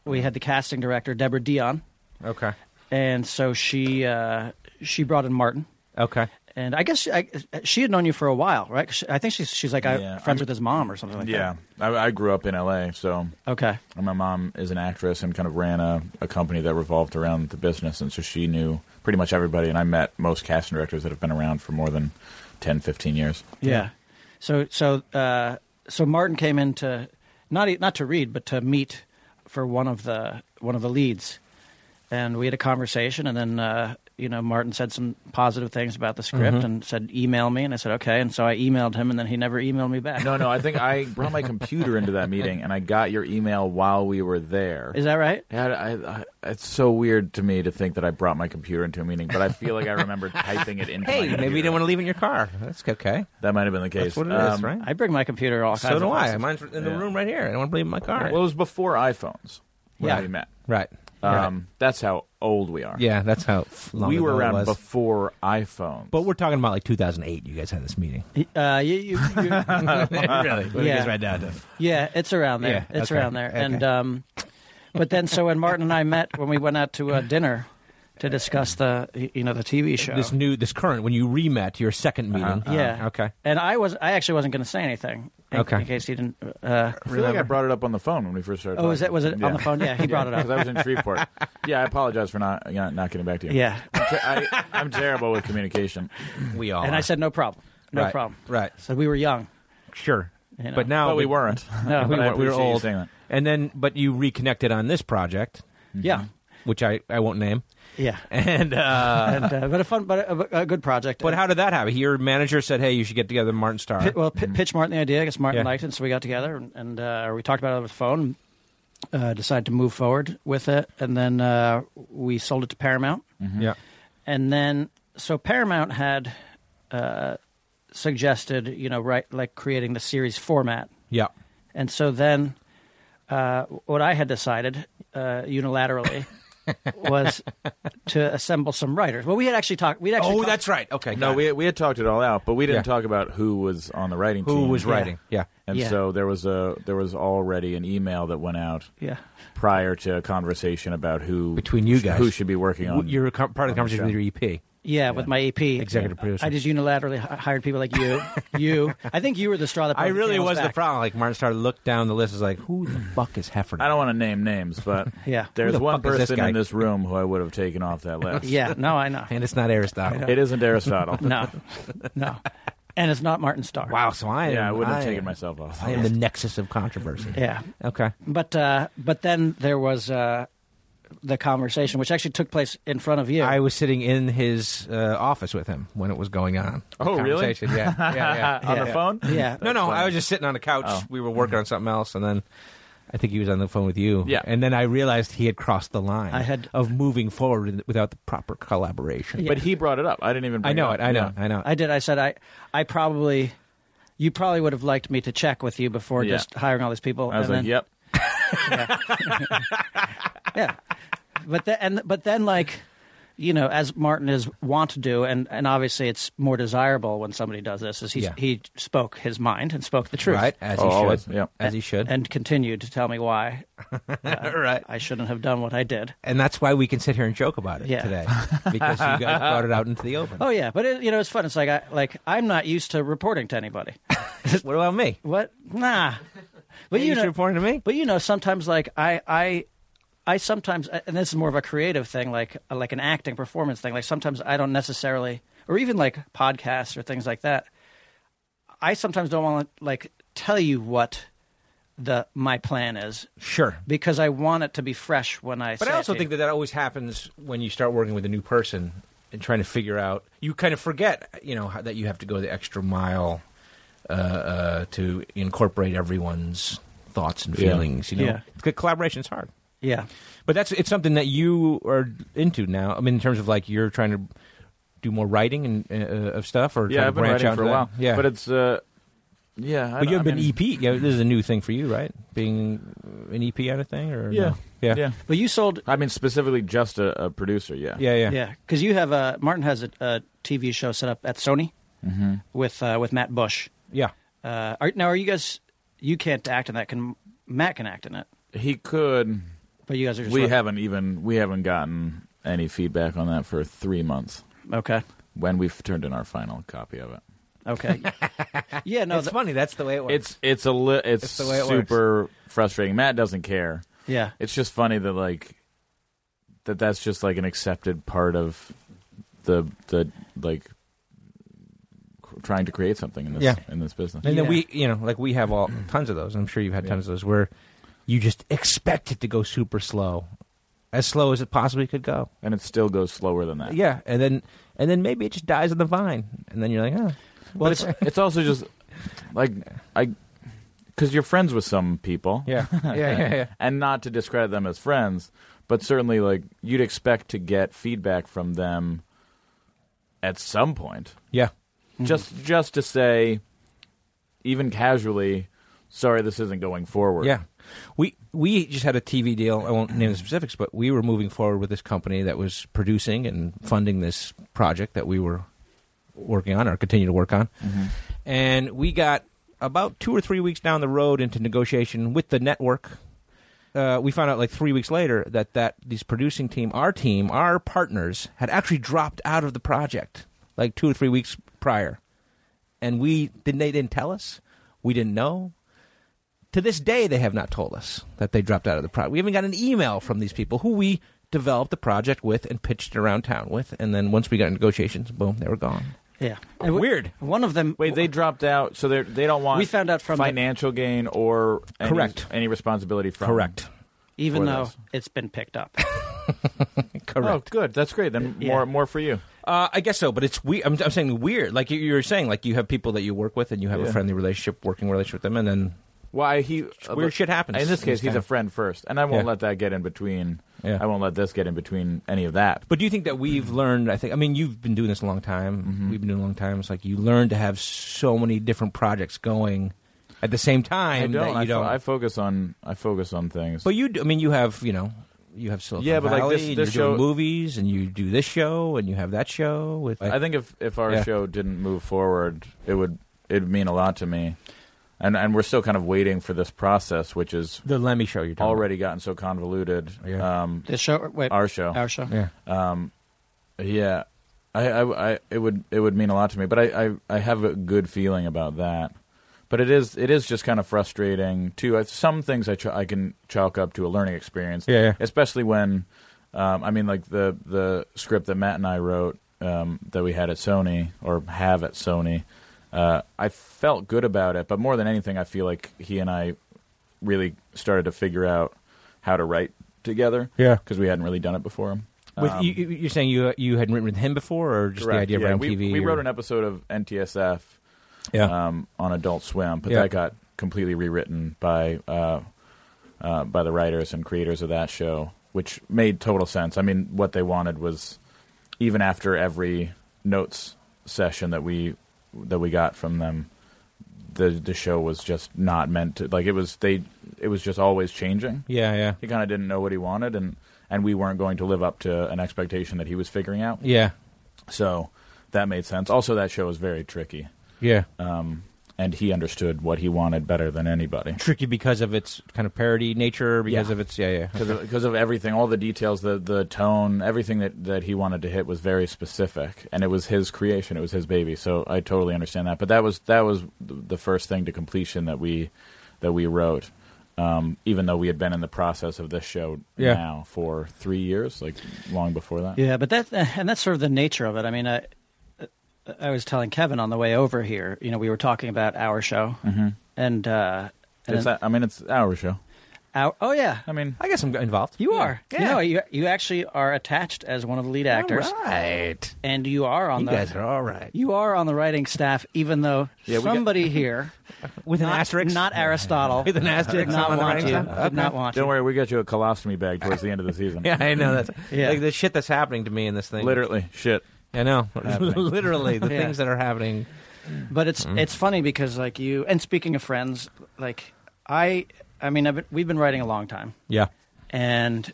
we had the casting director Deborah Dion,
okay,
and so she uh, she brought in Martin.
okay.
And I guess I, she had known you for a while, right? 'Cause she- I think she's she's like I,
Yeah,
friends
I'm-
with his mom or something like
Yeah, I, I grew up in L.A., so
that. Okay.
And my mom is an actress and kind of ran a, a company that revolved around the business. And so she knew pretty much everybody. And I met most casting directors that have been around for more than 10, 15 years.
Yeah. So so uh, so Martin came in to not e- not to read, but to meet for one of the one of the leads, and we had a conversation, and then uh, you know Martin said some positive things about the script
Mm-hmm.
and said email me, and I said okay, and so I emailed him, and then he never emailed me back.
No, no, I think I brought my computer into that meeting and I got your email while we were there.
Is that right?
I, I, I, it's so weird to me to think that I brought my computer into a meeting, but I feel like I remember typing it into
Hey, maybe you didn't want to leave it in your car. That's okay.
to. That might have been the
That's
case.
what it is,
Um,
right?
I bring my computer all kinds
So do
of
I.
places.
Mine's in the
Yeah.
room right here. I don't want to leave it in my car.
Well, it was before iPhones when
Yeah.
we met.
right.
Um, That's how old we are.
Yeah, that's how f- long
we
ago
were
it
around
was.
before iPhones.
But we're talking about like 2008. You guys had this meeting.
Uh, you, you, you,
really? When
Yeah.
it gets right down to it.
Yeah, it's around there.
Yeah,
it's
okay,
around there.
okay.
And um, but then so when Martin and I met when we went out to uh, dinner to discuss the you know the TV show.
This new, this current, when you remet your second meeting.
yeah.
Okay.
And I was I actually wasn't going to say anything. In,
Okay.
In case you didn't. Uh,
I feel like I
remember.
brought it up on the phone when we first started.
Oh, was
talking.
it was it on the phone? Yeah, he brought it
Because I
up.
was in Shreveport. yeah, I apologize for not yeah, not getting back to you.
Yeah.
I'm ter- I, am terrible with communication.
We all.
And I
are.
said no problem, no
Right,
problem.
right.
So we were young.
sure.
You know.
But now
but we
but-
weren't.
No,
we
But I
were, we were
appreciate you
old.
saying that.
And then, but you reconnected on this project,
Yeah.
which I, I won't name.
Yeah.
mm-hmm. And uh,
and, uh, but a fun, but a, a good project.
but how did that happen? Your manager said, "Hey, you should get together, Martin Starr."
Pi- well, pi pitch Martin the idea. I guess Martin
Mm-hmm. Yeah.
liked it, so we got together and, and uh, we talked about it over the phone. Uh, decided to move forward with it, and then uh, we sold it to Paramount.
Yeah.
And then, so Paramount had uh, suggested, you know, right, like creating the series format.
Yeah.
And so then, uh, what I had decided uh, unilaterally was to assemble some writers. Well, we had actually talked. We'd actually
Oh,
talked-
that's right. Okay.
No,
got it.
we we had talked it all out, but we didn't
Yeah.
talk about who was on the writing team.
who was writing? Yeah.
And
Yeah.
so there was a there was already an email that went out
yeah,
prior to a conversation about who
Between you guys.
who should be working on.
You're a co- part of the
on the
conversation with your E EP.
yeah, with my AP
Executive producer.
I just unilaterally hi- hired people like you. you, I think you were the straw that broke
I really
camel's
was the
back.
problem. Like Martin Starr looked down the list, is like, "Who the fuck is Heffernan?"
I don't want to name names, but
Yeah.
there's
Who the
one
fuck is this
person
guy?
in this room who I would have taken off that list.
Yeah, no, I know.
and it's not Aristotle.
It isn't Aristotle.
No, no, and it's not Martin Starr.
Wow. So I am,
Yeah, I wouldn't have
am-
taken myself off.
I am the nexus of controversy.
Yeah,
Okay.
but uh, but then there was uh, the conversation, which actually took place in front of you.
I was sitting in his uh, office with him when it was going on. The
Oh, really?
conversation. Yeah. Yeah. yeah.
on the
Yeah.
phone?
yeah,
no, no.
funny.
I was just sitting on a couch.
Oh.
We were working on something else, and then I think he was on the phone with you.
Yeah.
And then I realized he had crossed the line.
I had-
of moving forward in- without the proper collaboration.
Yeah.
But he brought it up. I didn't even. Bring
I know
it.
it.
up.
I know.
Yeah.
I know.
I did. I said I, I probably, you probably would have liked me to check with you before
Yeah.
just hiring all these people.
I was
and
like,
then,
"Yep."
yeah. But then, and but then, like, you know, as Martin is wont to do, and and obviously it's more desirable when somebody does this. Is he
Yeah.
he spoke his mind and spoke the truth,
Right. As
Oh,
he should.
always. Yeah.
As he should.
And continued to tell me why
right.
I shouldn't have done what I did.
And that's why we can sit here and joke about it
Yeah.
today because you guys brought it out into the open.
Oh yeah, but it, you know, it's fun. It's like I like I'm not used to reporting to anybody.
What about me?
What? Nah. But
Hey,
you
you should
know,
report to me.
But you know, sometimes like I, I, I sometimes, and this is more of a creative thing, like like an acting performance thing. Like sometimes I don't necessarily, or even like podcasts or things like that. I sometimes don't want to like tell you what the my plan is
Sure.
because I want it to be fresh when I.
But I also think that that always happens when you start working with a new person and trying to figure out. You kind of forget, you know, how, that you have to go the extra mile uh, uh, to incorporate everyone's thoughts and
Yeah.
feelings. You know,
Yeah.
C- collaboration's hard,
yeah,
but that's it's something that you are into now. I mean, in terms of like you're trying to do more writing and uh, of stuff, or trying
Yeah, I've
to
been
branch
writing
out
for a
into
while.
that? Yeah,
but it's uh, yeah. I
But E
don't-
you
I
have been
mean-
EP. Yeah, this is a new thing for you, right? Being an E EP on a thing, or
Yeah.
no? yeah,
Yeah.
but you sold.
I mean, specifically just a, a producer. Yeah.
yeah, yeah.
Yeah, because you have a Martin has a, a TV show set up at Sony
Mm-hmm.
with uh, with Matt Bush.
Yeah.
Uh, are, now, are you guys? You can't act in that. Can Matt can act in it?
He could.
But you guys are just
We
like-
haven't even we haven't gotten any feedback on that for three months.
okay,
When we've turned in our final copy of it,
okay, yeah, no,
it's
th-
funny. That's the way it works.
it's it's a li- it's,
It's the way it
super frustrating. Matt doesn't care.
yeah,
It's just funny that like that that's just like an accepted part of the the like cr- trying to create something in this
Yeah.
in this business.
And
Yeah.
then we, you know, like we have all tons of those. and I'm sure you've had tons of those where you just expect it to go super slow, as slow as it possibly could go.
And it still goes slower than that.
Yeah, and then and then maybe it just dies on the vine, and then you're like, oh,
Well, it's it's also just like I because you're friends with some people.
yeah, yeah, yeah, yeah.
and not to discredit them as friends, but certainly like you'd expect to get feedback from them at some point.
yeah. Mm-hmm.
Just just to say, even casually, sorry, this isn't going forward.
Yeah. We we just had a TV deal. I won't name the specifics, but we were moving forward with this company that was producing and funding this project that we were working on or continue to work on. And we got about 2 or 3 weeks down the road into negotiation with the network uh, we found out like three weeks later that that these producing team, our team, our partners had actually dropped out of the project like two or three weeks prior, and we didn't. They didn't tell us. We didn't know. To this day, they have not told us that they dropped out of the project. We haven't got an email from these people who we developed the project with and pitched it around town with, and then once we got in negotiations, boom, they were gone.
Yeah.
And we- Weird.
One of them.
Wait, they dropped out, so they they don't want.
We found out from the-
financial gain or any,
Correct.
any responsibility from
even
for
though
this.
it's been picked up.
Oh,
Correct.
good. That's great. Then
Yeah.
more more for you.
Uh, I guess so, but it's weird. I'm, I'm saying weird. Like you, you were saying, like you have people that you work with and you have
Yeah.
a friendly relationship, working relationship with them, and then
Why he uh,
weird shit happens
In this
in
case,
this
he's
kind
a
of-
friend first, and I won't
Yeah.
let that get in between.
Yeah.
I won't let this get in between any of that.
But do you think that we've
Mm-hmm.
learned? I think. I mean, you've been doing this a long time. We've been doing it a long time. It's like you learn to have so many different projects going at the same time
I don't.
that you
I, fo-
don't.
I focus on I focus on things.
but you. do- I mean, you have. You know. You have Silicon
Yeah, but, like,
Valley,
this-
and
this
you're doing
show-
movies, and you do this show, and you have that show. With
I think if if our
Yeah.
show didn't move forward, it would it would mean a lot to me, and and we're still kind of waiting for this process, which has
the Lemmy show you're talking
already gotten so convoluted.
Yeah.
Um,
The show. Wait.
our show,
Our show.
About. Yeah.
yeah, I, I, I it would it would mean a lot to me, but I, I I have a good feeling about that. But it is it is just kind of frustrating too. I- Some things I ch- I can chalk up to a learning experience.
Yeah, yeah.
Especially when, um, I mean, like the the script that Matt and I wrote um, that we had at Sony or have at Sony, uh, I felt good about it. But more than anything, I feel like he and I really started to figure out how to write together.
Yeah.
because we hadn't really done it before.
With, you, you- you're saying you you hadn't written with him before, or just
Correct,
the idea
yeah.
of
we,
MTV?
We
or-
wrote an episode of NTSF
yeah.
um, on Adult Swim, but
Yeah.
that got completely rewritten by uh, uh, by the writers and creators of that show, which made total sense. I mean, what they wanted was even after every notes session that we that we got from them, the the show was just not meant to like it was they it was just always changing.
yeah, yeah,
He kind of didn't know what he wanted, and and we weren't going to live up to an expectation that he was figuring out.
yeah,
So that made sense. Also, that show was very tricky,
yeah.
Uh, and he understood what he wanted better than anybody
Tricky because of its kind of parody nature, because
Yeah.
of its yeah, yeah.
because of, 'cause of everything, all the details, the the tone, everything that that he wanted to hit was very specific, and it was his creation, it was his baby. So I totally understand that. But that was that was the first thing to completion that we that we wrote. Um, even though we had been in the process of this show
Yeah.
now for three years, like long before that.
Yeah, but that and that's sort of the nature of it. I mean, I I was telling Kevin on the way over here. You know, we were talking about our show, and uh, and
It's
then
not- I mean, it's our show.
our, oh yeah,
I mean,
I guess I'm involved.
you are.
Yeah.
You know, you you actually are attached as one of the lead actors,
All right.
and you are on
You
the
guys are all right.
you are on the writing staff, even though
Yeah, we got-
somebody here,
With an
not,
asterisk.
not Aristotle,
With an asterisk
did not
on the
want
writing
you.
staff?
Did not want
don't
you.
worry, we got you a colostomy bag towards the end of the season.
Yeah, I know that's
Yeah.
like the shit that's happening to me in this thing.
literally shit.
I know.
Happening.
literally the
Yeah.
things that are happening.
But it's
Mm-hmm.
it's funny because like you and speaking of friends, like I I mean I've been, we've been writing a long time.
Yeah.
and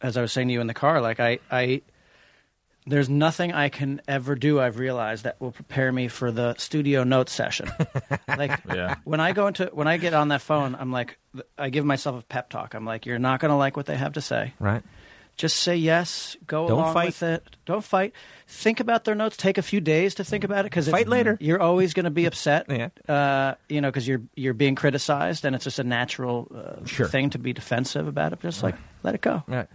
as i was saying to you in the car like i i there's nothing i can ever do i've realized that will prepare me for the studio note session like
Yeah.
when i go into when i get on that phone i'm like i give myself a pep talk i'm like you're not going to like what they have to say
Right.
just say yes go
Don't
along
fight.
with it don't fight think about their notes take a few days to think about it because
Fight later.
you're always going to be upset
Yeah.
uh, you know because you're you're being criticized and it's just a natural uh,
Sure.
thing to be defensive about it just like let it go
Right.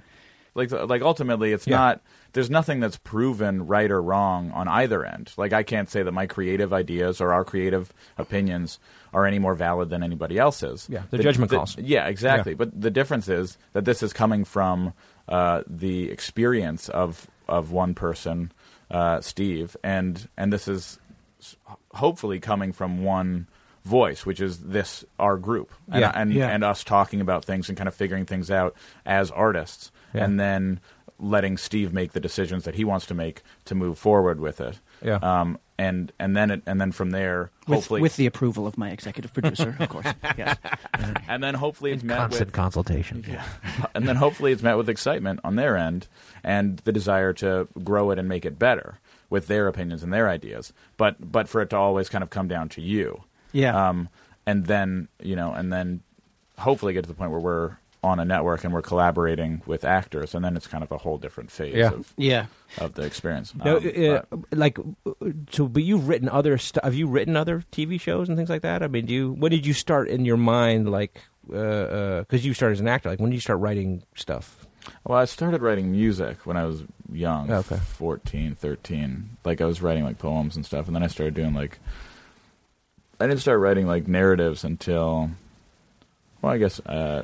like like ultimately it's
Yeah.
not there's nothing that's proven right or wrong on either end like i can't say that my creative ideas or our creative opinions are any more valid than anybody else's
Yeah, they're judgment calls.
yeah exactly
Yeah.
but the difference is that this is coming from uh, the experience of of one person uh, steve and and this is s- hopefully coming from one voice which is this our group and
Yeah.
and,
Yeah.
and us talking about things and kind of figuring things out as artists
Yeah.
and then letting Steve make the decisions that he wants to make to move forward with it.
Yeah.
Um, and and then it, and then from there,
with,
hopefully,
with the approval of my executive producer, of course. Yes.
and then hopefully it's met
Constant
with,
consultation.
and then hopefully it's met with excitement on their end and the desire to grow it and make it better with their opinions and their ideas. But but for it to always kind of come down to you.
Yeah.
Um, and then you know, and then hopefully get to the point where we're on a network and we're collaborating with actors, and then it's kind of a whole different phase
Yeah.
of,
Yeah.
of the experience.
No,
Um,
uh,
but-
like uh, so. But you've written other stuff. Have you written other TV shows and things like that? I mean, do you? When did you start in your mind? Like, because uh 'cause you started as an actor. Like, when did you start writing stuff?
well, I started writing music when I was young,
Oh, Okay.
14, 13. Like I was writing like poems and stuff, and then I started doing like I didn't start writing like narratives until, well, I guess uh,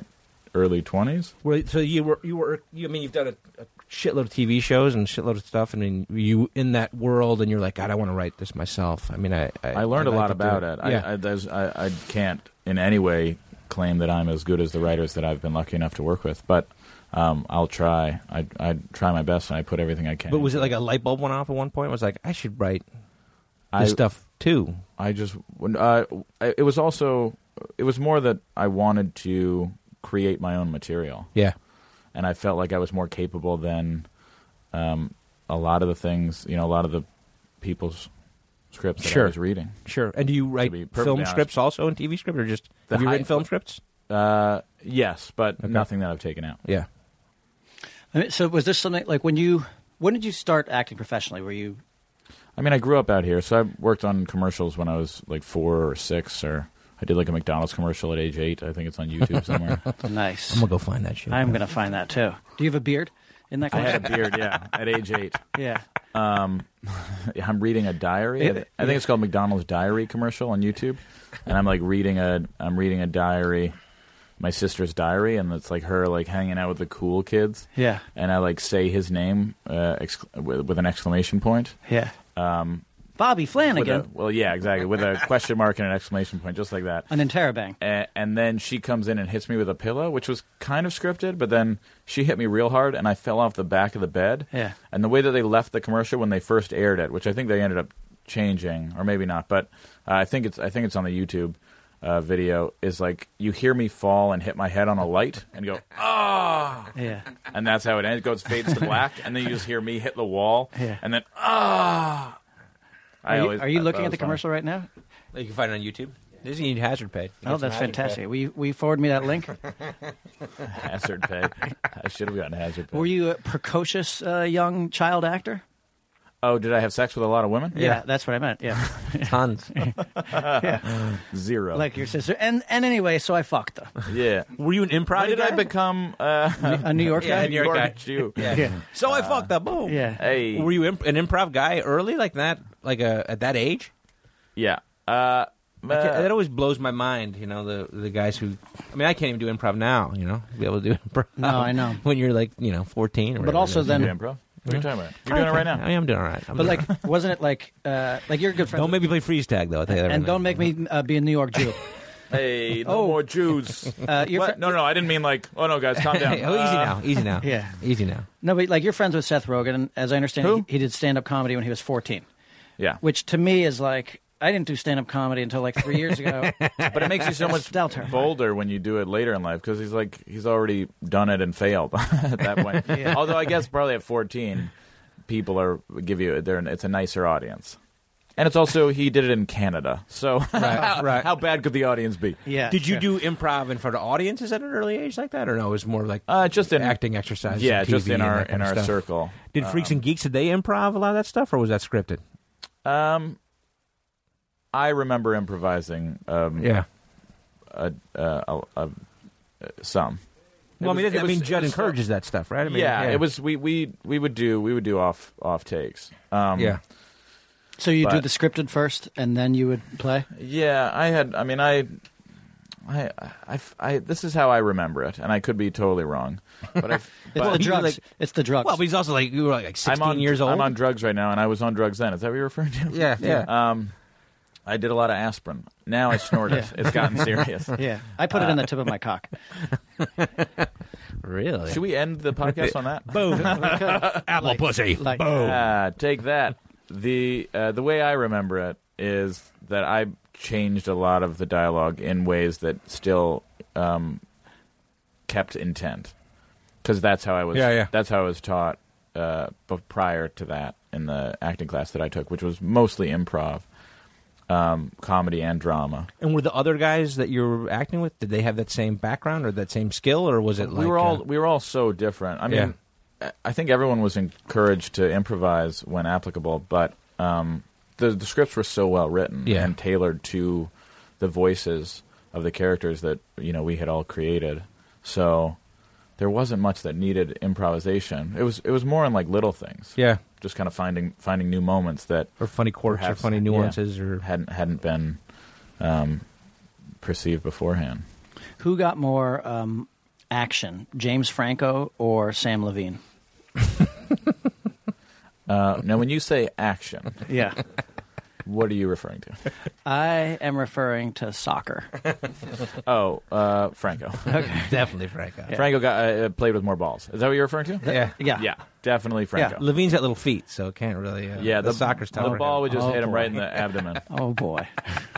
early twenties.
Were, so you were you were you, I mean, you've done a, a shitload of TV shows and shitload of stuff. I mean, were you in that world, and you're like, God, I want to write this myself. I mean, I I,
I learned
I'd
a lot
like to do
about it.
Yeah.
I, I, there's, I, I can't in any way claim that I'm as good as the writers that I've been lucky enough to work with, but um, I'll try. I, I try my best, and I put everything I can.
but was it like a light bulb went off at one point? I was like, I should write this
I,
stuff too.
I just when, uh, I- it was also it was more that I wanted to create my own material,
Yeah.
and I felt like I was more capable than um, a lot of the things you know, a lot of the people's scripts that
Sure.
I was reading.
Sure. And do you write
be perfectly
film
honest.
scripts also and TV scripts, or just
The
have you
high-
written film scripts?
Uh, yes, but nothing that I've taken out.
Yeah.
I mean, so was this something like when you when did you start acting professionally? Were you
I mean, I grew up out here, so I worked on commercials when I was like four or six, or I did like a McDonald's commercial at age eight. I think it's on YouTube somewhere.
nice?
I'm gonna go find that shit.
I'm gonna find that too. Do you have a beard? In that
I
kind
had a beard, yeah, at age eight.
yeah.
I'm reading a diary. I
It-
think it's called McDonald's Diary commercial on YouTube, and I'm like reading a I'm reading a diary, my sister's diary, and it's like her like hanging out with the cool kids.
Yeah.
and I like say his name uh, exc- with, with an exclamation point.
Yeah. Um, Bobby
With a,
Flanagan,
well, yeah, exactly, with a question mark and an exclamation point, just like that.
an interrobang.
and, and then she comes in and hits me with a pillow, which was kind of scripted. But then she hit me real hard, and I fell off the back of the bed.
Yeah.
And the way that they left the commercial when they first aired it, which I think they ended up changing, or maybe not, but uh, I think it's I think it's on the YouTube uh, video. Is like you hear me fall and hit my head on a light, and go ah,
Yeah.
and that's how it ends. It goes fades to black, and then you just hear me hit the wall,
Yeah.
and then ah.
Are
I
you,
always-
are you
I-
looking
that
at the
was
commercial
funny.
right now?
You can find it on YouTube. There's a hazard pay.
Oh, that's fantastic. Will you, will you forward me that link?
Hazard pay. I should have gotten hazard pay.
Were you a precocious uh, young child actor?
Oh, did I have sex with a lot of women?
that's what I meant. Yeah,
Tons.
Zero.
like your sister. And and anyway, so I fucked her.
yeah.
Were you an improv?
How did I become uh,
a New York
Yeah,
guy.
New York guy.
Jew?
Yeah.
So I fucked up. Boom.
Yeah.
Hey.
Were you imp- an improv guy early like that? Like uh, at that age?
Yeah. Uh,
I can't-
uh,
that always blows my mind. You know the the guys who. I mean, I can't even do improv now. You know, be able to do improv.
No, I know.
When you're like you know 14. Or
But
whatever it
also
is.
you
then-
do improv? What are you talking about? You're doing it right now.
I am doing all right. I'm
But
doing all
like, wasn't it like uh, like you're a good
right.
friend?
don't make me play freeze tag though. I'll tell you that right
and
now.
don't make me uh, be a New York Jew.
Hey, no
Oh.
more Jews.
Uh, you're
What?
fr-
no, no, I didn't mean like. Oh no, guys, calm down.
Hey, oh, easy
Uh,
now. Easy now.
Yeah.
Easy now.
No, but like you're friends with Seth Rogen, and as I understand,
Who?
He, he did stand up comedy when he was 14,
Yeah,
which to me is like I didn't do stand up comedy until like three years ago.
but it makes you so much
Still terrifying.
bolder when you do it later in life because he's like he's already done it and failed at that point. Although I guess probably at 14, people are give you they're it's a nicer audience, and it's also he did it in Canada, so how,
right.
how bad could the audience be?
yeah.
Did you do
sure.
improv in front of audiences at an early age like that, or no? It was more like
Uh, just in
acting exercises.
Yeah,
and
just
TV
in
and
our
that kind
in
of
our
stuff.
circle.
Did Freaks and Geeks did they improv a lot of that stuff, or was that scripted?
Um, I remember improvising. Um,
Yeah.
a, a, a, a, some.
Well, I
It
mean,
was-
I
it
mean,
was-
Judd
it was-
encourages that stuff, right? I mean,
yeah, it was we, we we would do we would do off off takes. Um,
Yeah.
So you do
but-
the scripted first, and then you would play.
yeah. I had. I mean, I, I, I, I- This is how I remember it, and I could be totally wrong. But, I,
It's
but
the drugs.
like-
it's the drugs.
Well, but he's also like you were like 16
I'm on
years old.
I'm on drugs right now, and I was on drugs then. Is that what you're referring to?
yeah, yeah.
Um, I did a lot of aspirin. Now I snort it.
Yeah.
It's gotten serious.
yeah, I put it on the tip of my cock.
really?
Should we end the podcast on that?
Boom. Apple
Like-
pussy.
like-
Boom.
Ah, take that. The uh, the way I remember it is that I changed a lot of the dialogue in ways that still um, kept intent, because that's how I was.
Yeah, yeah.
That's how I was taught. Uh, but prior to that, in the acting class that I took, which was mostly improv, um, comedy and drama.
And were the other guys that you were acting with? Did they have that same background or that same skill, or was it like
we were all
uh,
we were all so different. I
Yeah.
mean, I- I think everyone was encouraged to improvise when applicable, but um, the the scripts were so well written
Yeah.
and tailored to the voices of the characters that you know we had all created. So there wasn't much that needed improvisation. It was it was more in like little things.
yeah,
Just kind of finding finding new moments that
or funny quirks or
perhaps-
funny
yeah,
nuances or
hadn't hadn't been um, perceived beforehand.
Who got more um, action, James Franco or Sam Levine?
Uh, now, when you say action,
Yeah.
what are you referring to?
I am referring to soccer.
Oh, uh, Franco.
definitely Franco. Yeah.
Franco got uh, uh, played with more balls. Is that what you're referring to?
Yeah.
yeah, definitely Franco. Yeah,
Levine's got little feet, so it can't really. Uh, the, soccer's tough.
The
for
ball
him.
would just
Oh,
hit him
boy.
right in the abdomen,
Oh boy.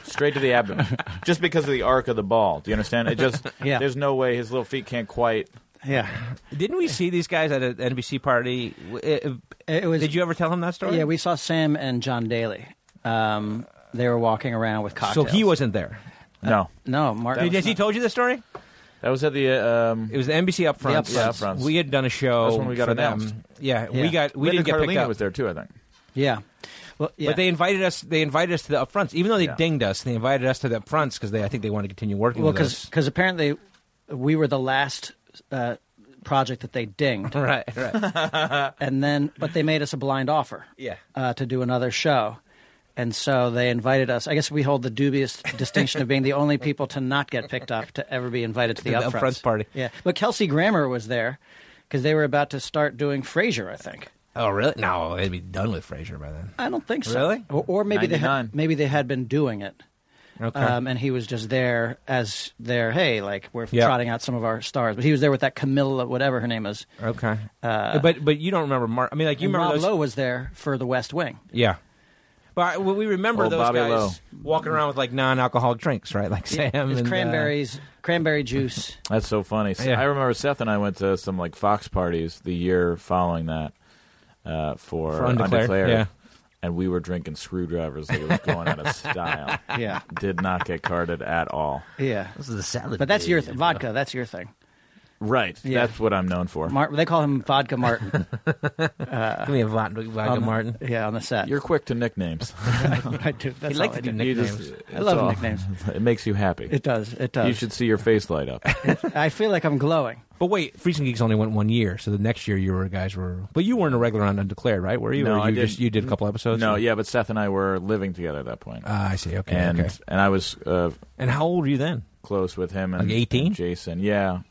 straight to the abdomen, just because of the arc of the ball. Do you understand? It just
Yeah.
there's no way his little feet can't quite.
Yeah.
Didn't we see these guys at an NBC party? W- It,
It was
did you ever tell him that story?
Yeah, we saw Sam and John Daly. Um, they were walking around with
Ah, So
cocktails.
he wasn't there.
No,
No, Martin.
Did, has he told you the story?
that was at the uh, um,
It was the NBC upfront.
The Upfronts.
Yeah, Upfronts.
We had done a show.
That's when we got
for them.
announced.
Yeah, we
Yeah.
got we
Linda
didn't get picked
Carlino
up.
was there too, I think.
Yeah. Well, yeah.
But they invited us. They invited us to the upfronts, even though they
Yeah.
dinged us. They invited us to the upfronts because they, I think, they wanted to continue working
well,
with us.
because apparently we were the last uh, project that they dinged,
Right, right.
and then but they made us a blind offer.
Yeah.
Uh, to do another show. And so they invited us. I guess we hold the dubious distinction of being the only people to not get picked up to ever be invited to the,
the
upfronts.
upfronts party.
Yeah, but Kelsey Grammer was there because they were about to start doing Frasier, I think.
oh, really? No, they'd be done with Frasier by then.
I don't think so.
Really?
Or, or maybe they had,
99.
maybe they had been doing it,
Okay.
um, and he was just there as their hey, like we're
Yeah.
trotting out some of our stars. But he was there with that Camilla, whatever her name is.
okay.
uh,
but but you don't remember Mark? I mean, like you
and
remember
Rob
those?
Lowe was there for The West Wing.
Yeah. But I- well, we remember
Old
those
Bobby
guys
Lowe.
walking around with like non-alcoholic drinks, right? Like Sam
it was
and uh,
cranberries, cranberry juice.
That's so funny. So
Yeah.
I remember Seth and I went to some like Fox parties the year following that uh, for,
For Undeclared, yeah.
and we were drinking screwdrivers like it was going out of style.
Yeah,
Did not get carded at all.
yeah.
this is the salad.
But that's your
days.
th- vodka. That's your thing.
Right.
Yeah.
That's what I'm known for.
Mar- they call him Vodka Martin.
Give me a vodka, vodka
Um,
Martin.
yeah, on the set.
You're quick to nicknames.
I do. That's
He'd like to
all I
do
do.
You
nicknames.
I love
it's all-
nicknames.
It makes you happy.
It does. It does.
You should see your face light up.
I feel like I'm glowing.
But wait, Freezing Geeks only went one year, so the next year you were guys were. But you weren't a regular on Undeclared, right? Were you?
No,
Or you
I
just
didn't.
you did a couple episodes.
no,
or-
yeah, but Seth and I were living together at that point.
Ah, I see. Okay.
and
okay.
and I was uh,
And how old were you then?
close with him and
Like 18?
and Jason. Yeah.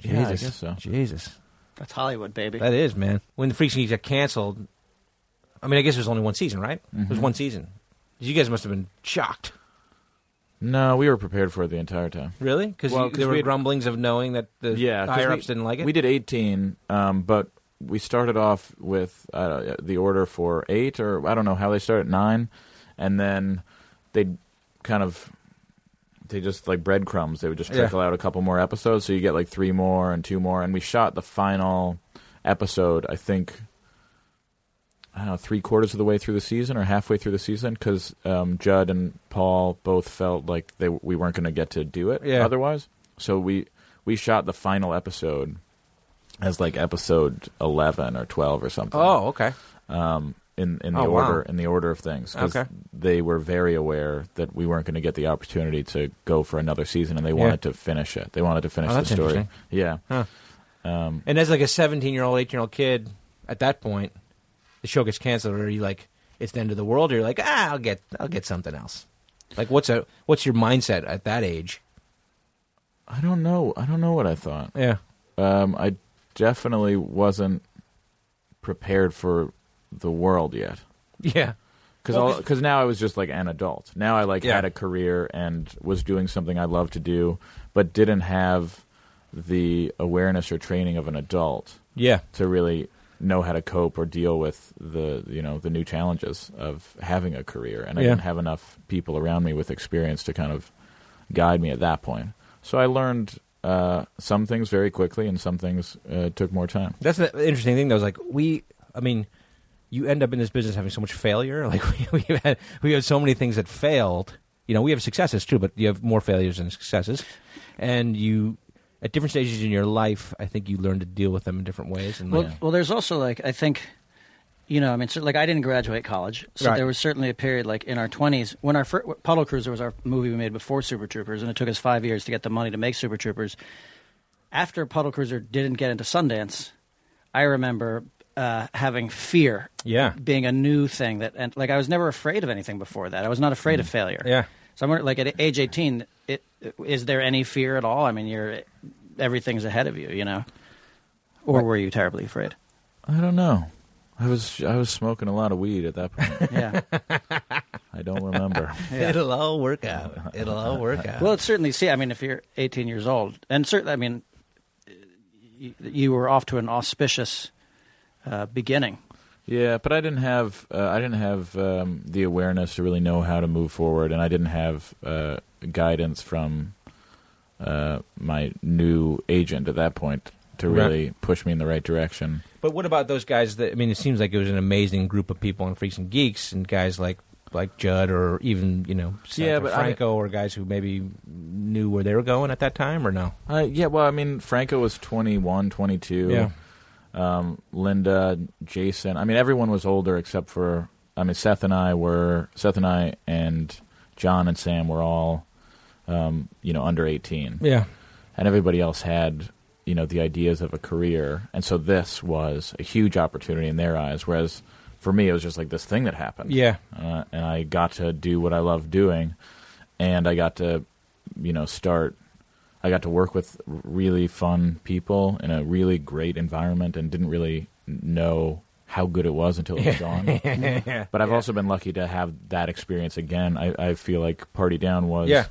Yeah, I guess so.
Jesus.
That's Hollywood, baby.
That is, man. When the Freaks and Geeks got canceled, I mean, I guess it was only one season, right? It
Mm-hmm.
was one season. You guys must have been shocked.
No, we were prepared for it the entire time.
Really? Because
Well, 'cause
there
we
were
had-
grumblings of knowing that the
Yeah, 'cause
higher
we-
ups didn't like it.
We did 18, um, but we started off with uh, the order for eight, or I don't know how they started at nine, and then they kind of they just like breadcrumbs. They would just
Yeah.
trickle out a couple more episodes, so you get like three more and two more, and we shot the final episode. I think. I don't know, three quarters of the way through the season or halfway through the season because um, Judd and Paul both felt like they we weren't going to get to do it
Yeah.
otherwise. So we we shot the final episode as like episode eleven or twelve or something.
Oh, okay.
um, in in the
Oh, wow.
order in the order of things. 'cause
Okay.
they were very aware that we weren't going to get the opportunity to go for another season, and they wanted to finish it. They wanted to finish
Oh,
the
that's
story.
interesting.
Yeah,
Huh.
um,
And as like a 17 year old, 18 year old kid, at that point, the show gets canceled, or you like, it's the end of the world, or you're like, ah, I'll get, I'll get something else. Like, what's a, what's your mindset at that age?
I don't know. I don't know what I thought.
Yeah.
Um, I definitely wasn't prepared for the world yet.
Yeah.
because because now I was just like an adult. Now I like
Yeah.
had a career and was doing something I loved to do, but didn't have the awareness or training of an adult
Yeah.
to really know how to cope or deal with the you know the new challenges of having a career. And I
Yeah.
didn't have enough people around me with experience to kind of guide me at that point. So I learned uh, some things very quickly, and some things uh, took more time.
That's the interesting thing, though. Is like we, I mean, you end up in this business having so much failure. Like we, we had, we had so many things that failed. You know, we have successes too, but you have more failures than successes. And you, at different stages in your life, I think you learn to deal with them in different ways. And
Well,
like,
well, there's also like I think, you know, I mean, so, like I didn't graduate college, so
Right.
there was certainly a period like in our 20s when our fir- Puddle Cruiser was our movie we made before Super Troopers, and it took us five years to get the money to make Super Troopers. After Puddle Cruiser didn't get into Sundance, I remember uh, having fear,
Yeah.
being a new thing that, and like I was never afraid of anything before that. I was not afraid of failure.
Mm. Yeah.
So I'm wondering, like at age 18, it, is there any fear at all? I mean, you're everything's ahead of you, you know. Or were you terribly afraid?
I don't know. I was I was smoking a lot of weed at that point.
Yeah.
I don't remember.
It'll all work out. It'll all work out.
well, it's certainly see. I mean, if you're 18 years old, and certainly, I mean, you, you were off to an auspicious uh, beginning.
Yeah, but I didn't have uh, I didn't have um, the awareness to really know how to move forward, and I didn't have uh, guidance from uh, my new agent at that point to
Right.
really push me in the right direction.
But what about those guys that I mean it seems like it was an amazing group of people on Freaks and Geeks and guys like like Judd or even, you know,
Yeah,
yeah,
but I-
Franco or guys who maybe knew where they were going at that time or no?
Uh, yeah, well, I mean, Franco was 21, 22.
Yeah.
Um, Linda, Jason. I mean, everyone was older except for. I mean, Seth and I were. Seth and I and John and Sam were all, um, you know, under 18.
Yeah.
and everybody else had you know the ideas of a career and so this was a huge opportunity in their eyes whereas for me it was just like this thing that happened
Yeah.
uh, and i got to do what i love doing and i got to you know start i got to work with really fun people in a really great environment and didn't really know how good it was until it was gone but I've also been lucky to have that experience again. I, I feel like Party Down was
Yeah.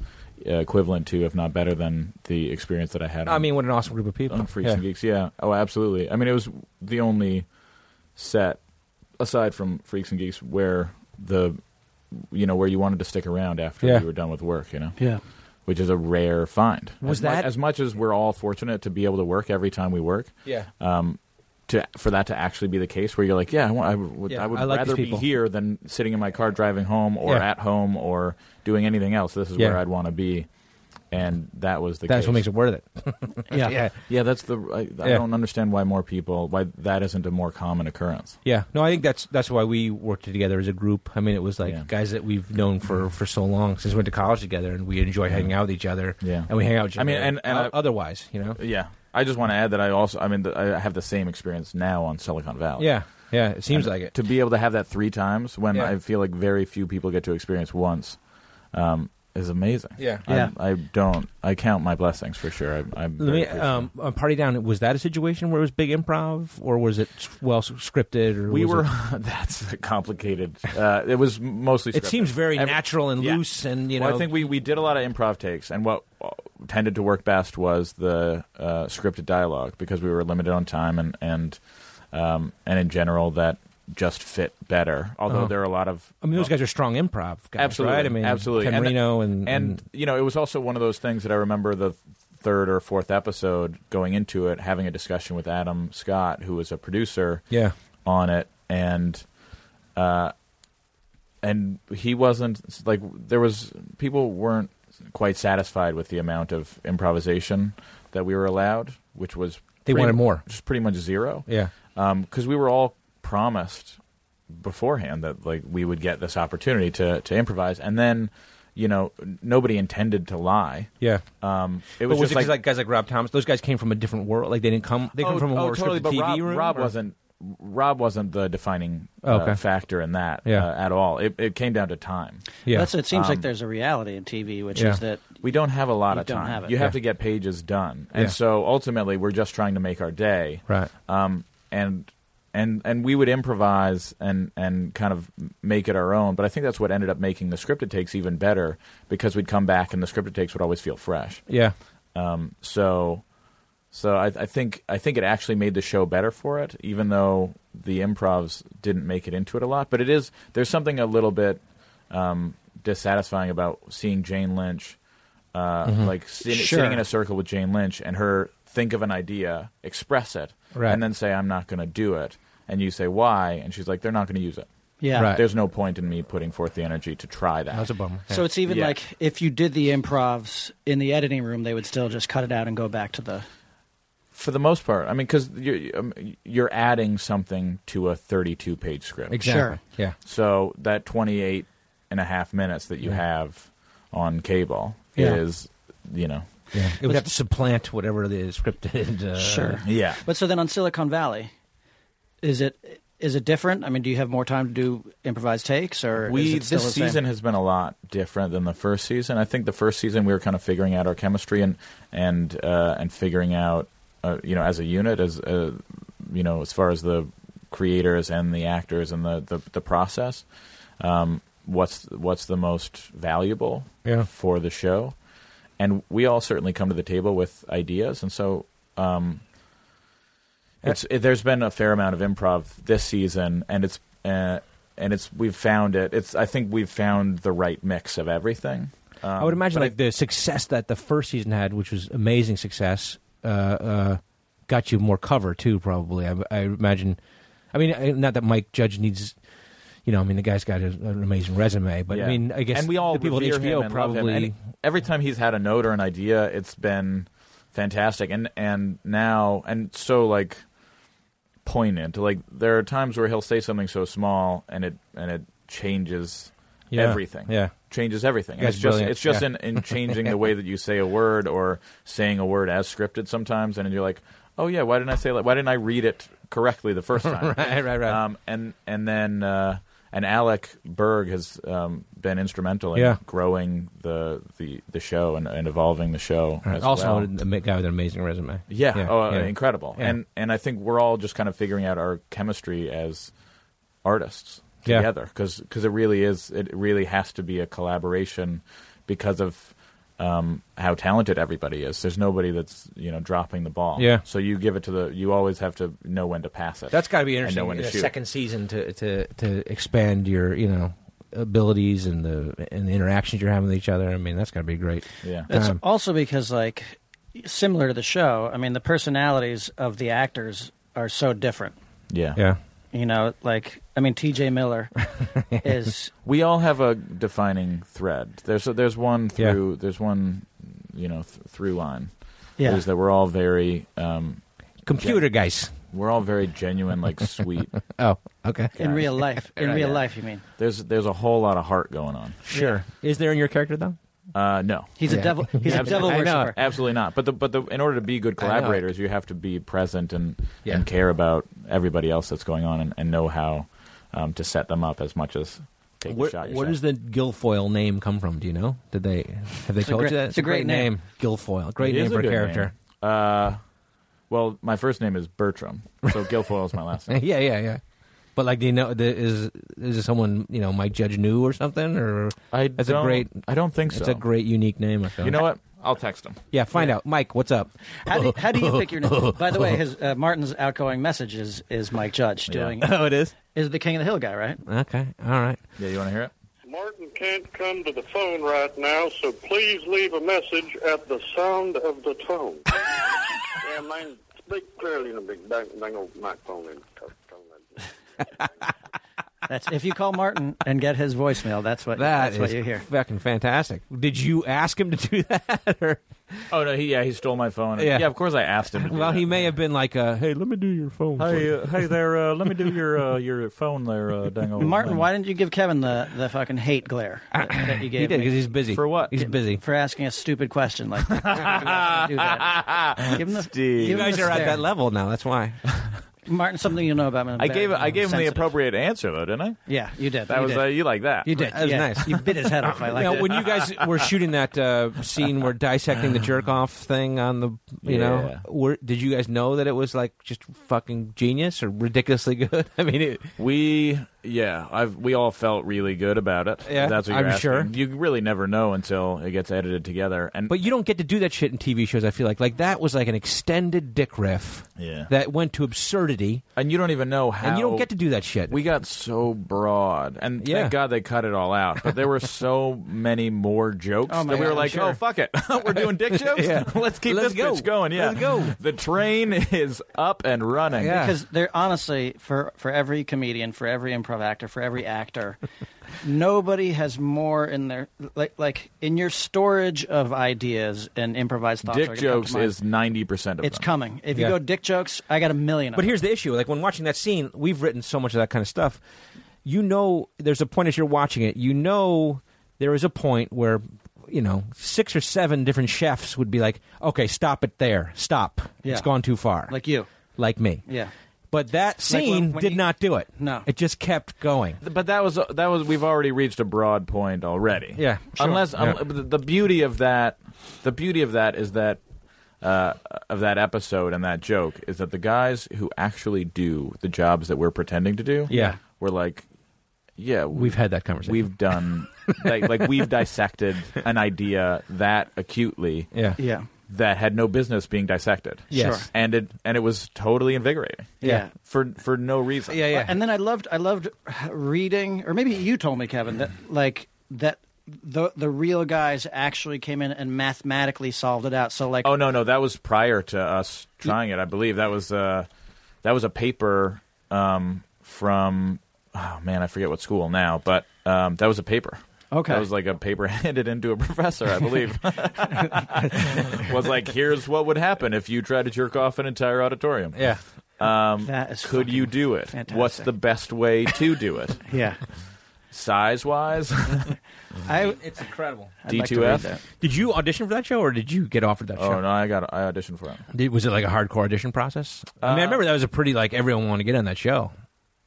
uh, equivalent to, if not better than, the experience that I had. On,
I mean, what an awesome group of people.
on Freaks
yeah.
and Geeks. Yeah. Oh, absolutely. I mean, it was the only set aside from Freaks and Geeks where the you know where you wanted to stick around after
Yeah.
you were done with work. You know.
Yeah.
Which is a rare find.
Was
as mu-
that-
as much as we're all fortunate to be able to work every time we work?
Yeah.
to for that to actually be the case where you're like, yeah, I, want, I would,
Yeah,
I would
I like these
rather be
people.
here than sitting in my car driving home or
Yeah.
at home or doing anything else. This is where
Yeah.
I'd want to be, and that was the
That's
case.
what makes it worth it.
Yeah.
yeah.
Yeah, that's the. I, I
Yeah.
don't understand why more people why that isn't a more common occurrence.
Yeah, no, I think that's that's why we worked together as a group. I mean, it was like
Yeah.
guys that we've known for for so long since we went to college together, and we enjoy hanging out with each other.
Yeah.
and we hang out. With each
I mean,
other
and- and
o-
I-
otherwise, you know.
Yeah, I just want to add that I also. I mean, the, I have the same experience now on Silicon Valley.
Yeah, yeah, it seems
And
like it.
To be able to have that three times when
Yeah.
I feel like very few people get to experience once um, is amazing.
Yeah.
I,
Yeah.
I don't. I count my blessings for sure. I, I'm
Let
very
me
appreciative.
um, on party down. Was that a situation where it was big improv, or was it s- well s- scripted? Or
we
was
were.
It,
that's complicated. Uh, it was mostly.
it
scripted.
seems very
Every-
natural and
yeah.
loose, and you know.
Well, I think we, we did a lot of improv takes, and what uh, tended to work best was the uh, scripted dialogue because we were limited on time and and um, and in general that just fit better. Although
Uh-huh.
there are a lot of
I mean, those guys are strong improv guys,
absolutely,
right? I mean,
absolutely,
Ken
and,
Reno and,
and you know it was also one of those things that I remember the third or fourth episode going into it having a discussion with Adam Scott who was a producer
yeah,
on it and uh and he wasn't like there was people weren't quite satisfied with the amount of improvisation that we were allowed which was
They
pretty-
wanted more.
just pretty much zero
yeah,
because we were all promised beforehand that like we would get this opportunity to to improvise and then you know nobody intended to lie
yeah.
um it
But
was,
was
just
it 'cause, like guys like Rob Thomas? Those guys came from a different world. Like they didn't come. They come from a more scripted
Oh, but
TV
Rob,
room.
Rob
or-
wasn't. Rob wasn't the defining
Oh,
uh,
okay.
factor in that
Yeah.
uh, at all. It, it came down to time.
Yeah.
That's it. Seems
Um,
like there's a reality in TV, which
Yeah.
is that
We don't have a lot
You
of
don't
time.
have it.
You have
Yeah.
to get pages done, and
Yeah.
so ultimately, we're just trying to make our day.
Right.
Um, and and and we would improvise and and kind of make it our own. But I think that's what ended up making the scripted takes even better because we'd come back and the scripted takes would always feel fresh.
Yeah.
Um, so, so I, I think I think it actually made the show better for it, even though the improvs didn't make it into it a lot. But it is there's something a little bit um, dissatisfying about seeing Jane Lynch, uh,
Mm-hmm.
like sit,
Sure.
sitting in a circle with Jane Lynch and her think of an idea, express it,
Right.
and then say I'm not going to do it. and you say why, and she's like, they're not going to use it.
Yeah.
Right.
There's no point in me putting forth the energy to try that.
That's a bummer.
So it's even
Yeah.
like if you did the improvs in the editing room, they would still just cut it out and go back to the.
For the most part, I mean, because you're, um, you're adding something to a 32 page script.
exactly. Yeah.
So that 28 and a half minutes that you have on cable
Yeah.
is, you know,
Yeah. It would have to supplant whatever the scripted. Uh,
Sure.
yeah.
But so then on Silicon Valley, is it is it different? I mean, do you have more time to do improvised takes, or is
we
it still
this
the same?
season has been a lot different than the first season. I think the first season we were kind of figuring out our chemistry and and uh, and figuring out uh, you know as a unit as uh, you know as far as the creators and the actors and the the, the process um, what's what's the most valuable
Yeah.
for the show and we all certainly come to the table with ideas and so um, it's it, there's been a fair amount of improv this season and it's uh, and it's we've found it it's I think we've found the right mix of everything um,
I would imagine
but
like the success that the first season had, which was amazing success, uh, uh, got you more cover too. Probably, I, I imagine. I mean, I- not that Mike Judge needs, you know, I mean, the guy's got a- an amazing resume, but
Yeah.
I mean, I guess
and we all
the people at
revere him
HBO
and love him.
probably.
And every time he's had a note or an idea, it's been fantastic. And and now and so like poignant. Like there are times where he'll say something so small and it and it changes
Yeah.
everything.
Yeah.
Changes everything. And
Guy's
it's just
brilliant.
it's just
Yeah.
in, in changing the way that you say a word or saying a word as scripted sometimes and you're like, Oh yeah, why didn't I say that? Why didn't I read it correctly the first time?
Right, right, right.
Um, and and then uh, and Alec Berg has um, been instrumental in
Yeah.
growing the, the, the show and, and evolving the show. as
also,
well.
a ma- guy with an amazing resume.
yeah, oh,
yeah.
incredible.
Yeah.
And and I think we're all just kind of figuring out our chemistry as artists
Yeah.
together because it really is it really has to be a collaboration because of um, how talented everybody is. There's nobody that's you know dropping the ball.
Yeah.
So you give it to the you always have to know when to pass it.
That's got to be
And
interesting.
know when
in
to
the
shoot.
second season to, to, to expand your you know abilities and the and the interactions you're having with each other. I mean, that's got to be great.
Yeah.
It's
Um,
also because, like, similar to the show, I mean, the personalities of the actors are so different.
Yeah.
Yeah.
You know, like, I mean, T.J. Miller is
We all have a defining thread. There's there's one through there's one you know th- through line.
yeah,
Is that we're all very um,
Computer guys.
we're all very genuine like sweet.
Oh, okay.
in real life. In
Right,
real
yeah.
life, you mean?
There's there's a whole lot of heart going on.
Sure. Is there in your character though?
Uh, no.
He's a devil. He's a devil
I
know.
worshiper.
Absolutely not. But the but the in order to be good
I know.
collaborators, you have to be present and
Yeah.
and care about everybody else that's going on and, and know how um, to set them up as much as take the shot.
where
yourself.
does the Guilfoyle name come from? Do you know? Did they have they
It's a
told
great-
you that?
it's a great name.
Guilfoyle. Great
It
name
is a
for a
good
character.
name. Uh, well, my first name is Bertram, so Guilfoyle is my last name.
yeah, yeah, yeah. But like, do you know? The, is is it someone you know Mike Judge knew or something? Or
I
That's a
don't,
great-
I don't think so.
it's a great unique name. I feel.
You know what? I'll text him.
Yeah. Find out, Mike. What's up?
How do, how do you pick your name? By the way, his, uh, Martin's outgoing message is, is Mike Judge doing
Oh, it is.
is the King of the Hill guy, right?
Okay. All right.
Yeah, you want to hear it?
Martin can't come to the phone right now, so please leave a message at the sound of the tone. yeah, man, speak clearly in a big dang, dang old microphone and talk, talk like
That's if you call Martin and get his voicemail. That's what
That
that's what
is
you hear.
fucking fantastic. Did you ask him to do that? Or,
Oh no, he yeah he stole my phone.
Yeah.
Yeah, of course I asked him. To do
well,
that.
he may have been like, uh, "Hey, let me do your phone." for you."
Hey, uh, hey there. Uh, let me do your uh, your phone there, uh, dang old
Martin,
thing.
why didn't you give Kevin the, the fucking hate glare that, that you
he
gave
did
me
because he's busy.
For what?
He's busy.
for asking a stupid question like that? Why didn't you do that? Give him the,
Steve.
give
You
him
guys
the
are at
stare.
that level now. That's why.
Martin, something you know about me.
I gave I gave him the
Sensitive.
appropriate answer though, didn't I?
Yeah, you did.
That
you
was
did.
Uh, you like that.
you did.
That was
yeah.
nice.
You bit his head off. I like
Now,
it.
when you guys were shooting that uh, scene, were dissecting the jerk off thing on the, you know,
Yeah.
were, did you guys know that it was like just fucking genius or ridiculously good? I mean, it,
We yeah, I've we all felt really good about it.
Yeah,
that's what you're
I'm
asking.
sure.
You really never know until it gets edited together. And
but you don't get to do that shit in TV shows. I feel like like that was like an extended dick riff
Yeah.
that went to absurdity,
and you don't even know how.
and you don't get to do that shit.
We got so broad, and
Yeah.
thank God they cut it all out. But there were so many more jokes
Oh, my
that we
God,
were
I'm
like,
sure.
"Oh fuck it, we're doing dick jokes.
Yeah.
Let's keep
Let's
this
go.
bitch going." Yeah,
Let's go.
The train is up and running.
Yeah.
because they're honestly for for every comedian, for every improv actor, for every actor, nobody has more in their like like in your storage of ideas and improvised thoughts. are
Dick
gonna come to
jokes
mind.
is ninety percent of
it's
them.
coming. If
Yeah.
you go dick jokes, I got a million. Of
But
them.
here's the issue: like when watching that scene, we've written so much of that kind of stuff. You know, there's a point as you're watching it. You know, there is a point where you know six or seven different chefs would be like, "Okay, stop it there. Stop. It's
Yeah.
gone too far."
like you,
like me.
yeah.
But that
Like
scene
when- when
did
you-
not do it.
No.
it just kept going.
But that was that was we've already reached a broad point already.
Yeah, sure.
Unless um,
Yeah.
the- the beauty of that, the beauty of that is that uh, of that episode and that joke is that the guys who actually do the jobs that we're pretending to do,
Yeah.
we're like, yeah,
We've had that conversation.
we've done like, like we've dissected an idea that acutely
yeah,
Yeah.
that had no business being dissected.
Yes. Sure.
and it and it was totally invigorating.
Yeah.
for for no reason.
yeah, yeah.
Uh, And then I loved I loved reading, or maybe you told me, Kevin, that like that the the real guys actually came in and mathematically solved it out. So like
Oh no, no, that was prior to us trying it. I believe that was uh, that was a paper um, from oh man, I forget what school now, but um, that was a paper.
Okay.
that was like a paper handed into a professor, I believe. was like, here's what would happen if you tried to jerk off an entire auditorium.
yeah.
that is
Could you
fucking-
do it? What's
fantastic.
the best way to do it?
Yeah.
Size wise,
I
It's incredible.
I'd like to read that.
D2F.
Did you audition for that show, or did you get offered that show?
Oh no, I got I auditioned for it.
Did, was it like a hardcore audition process? I
Uh,
mean, I remember that was a pretty like everyone wanted to get on that show.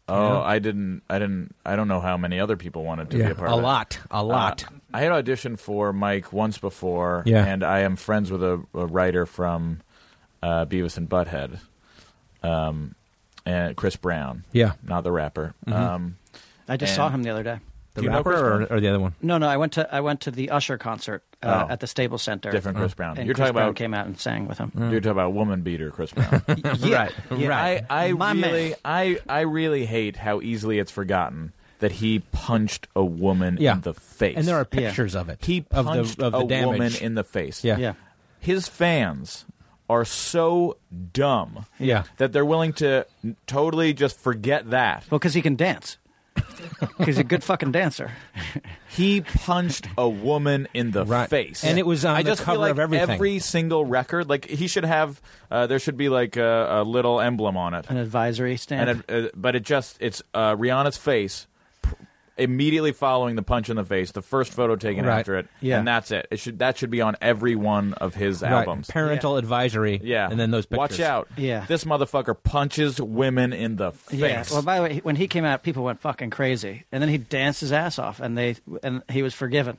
Oh, I didn't. I didn't. I don't know how many other people wanted to be a part
a
of it.
lot, a lot.
Uh, I had auditioned for Mike once before,
Yeah.
and I am friends with a, a writer from uh, Beavis and Butthead, um, and Chris Brown.
Yeah. Mm-hmm.
not the rapper. Um,
I just
And-
saw him the other day.
the
do you know
rapper
Chris
or,
Brown?
or the other one?
No, no, I went to I went to the Usher concert uh,
Oh.
at the Staples Center.
different
Oh.
Chris Brown.
And
You're
Chris
talking
Brown
about Mm.
came out and sang with him.
you're talking about woman beater, Chris Brown.
Right, right.
I, I
My man.
really, I, I really hate how easily it's forgotten that he punched a woman
Yeah.
in the face.
and there are pictures of it.
he
of
punched
the, of the
a
damage.
woman in the face.
yeah.
Yeah.
his fans are so dumb
Yeah.
that they're willing to n- totally just forget that.
Well, because he can dance. He's a good fucking dancer.
He punched a woman in the
Right.
face.
And it was on
I
the
just
cover
feel like
of everything.
Every single record, like he should have, uh, there should be like a, a little emblem on it.
An advisory stand.
And it, uh, but it just it's uh, Rihanna's face pr- immediately following the punch in the face, the first photo taken
Right.
after it,
Yeah.
and that's it. It should that should be on every one of his
Right.
albums.
Parental advisory.
Yeah.
And then those pictures.
Watch out.
Yeah.
This motherfucker punches women in the face.
Yeah. Well, by the way, when he came out, people went fucking crazy, and then he danced his ass off, and they and he was forgiven.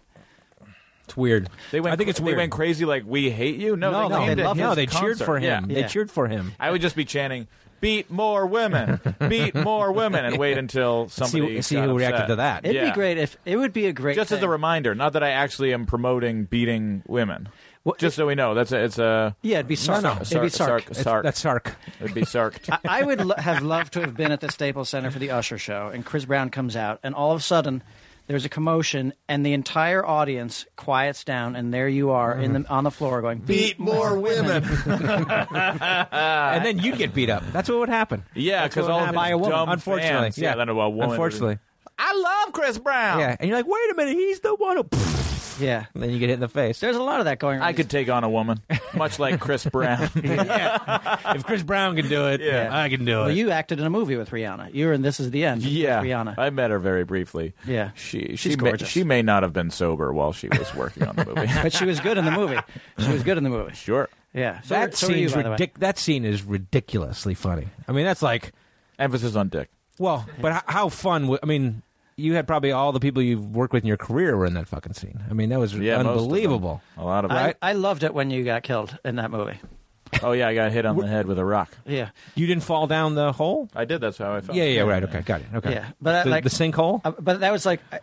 It's weird.
they went,
I think it's
they
weird.
went crazy like we hate you. No,
No,
they,
no,
came
they
to
love
his
no, they
concert.
cheered for him.
Yeah.
They
Yeah.
cheered for him.
I would just be chanting, "Beat more women, beat more women," and wait until somebody
see
got
who
upset.
reacted to that.
It'd
Yeah.
be great if it would be a great.
Just as a
thing.
reminder, not that I actually am promoting beating women.
Well,
just so we know, that's a, it's a
yeah, it'd be sark.
no.
it'd be sark.
sark, sark.
That's Sark.
It'd be sarked.
I, I would lo- have loved to have been at the Staples Center for the Usher show, and Chris Brown comes out, and all of a sudden there's a commotion, and the entire audience quiets down, and there you are in the on the floor going beat more women.
and then you'd get beat up. That's what would happen.
yeah,
That's
because
what
all
happened.
of
by a
his
woman,
dumb
unfortunately.
fans- yeah, I don't know about woman.
Unfortunately.
I love Chris Brown.
Yeah. And you're like, wait a minute, he's the one who.
yeah,
And then you get hit in the face.
there's a lot of that going. on.
I could take on a woman, much like Chris Brown.
if Chris Brown can do it,
Yeah.
I can do
Well,
it.
you acted in a movie with Rihanna. You were in This Is the End. with
Yeah,
Rihanna.
I met her very briefly.
Yeah.
she she
She's
may,
gorgeous.
she may not have been sober while she was working on the movie.
but she was good in the movie. She was good in the movie.
sure,
Yeah. So,
that
so were you,
scene's
by the way.
ridic- That scene is ridiculously funny. I mean, that's like,
emphasis on dick.
well, but h- how fun? W- I mean, you had probably all the people you've worked with in your career were in that fucking scene. I mean, that was
Yeah, most of them.
unbelievable.
A lot of
I, I loved it when you got killed in that movie.
Oh yeah, I got hit on the head with a rock.
Yeah.
You didn't fall down the hole.
I did. That's how I felt.
Yeah, yeah, right. Okay, got it. Okay,
Yeah, but I-
the,
like-
the sinkhole.
Uh, but that was like, I,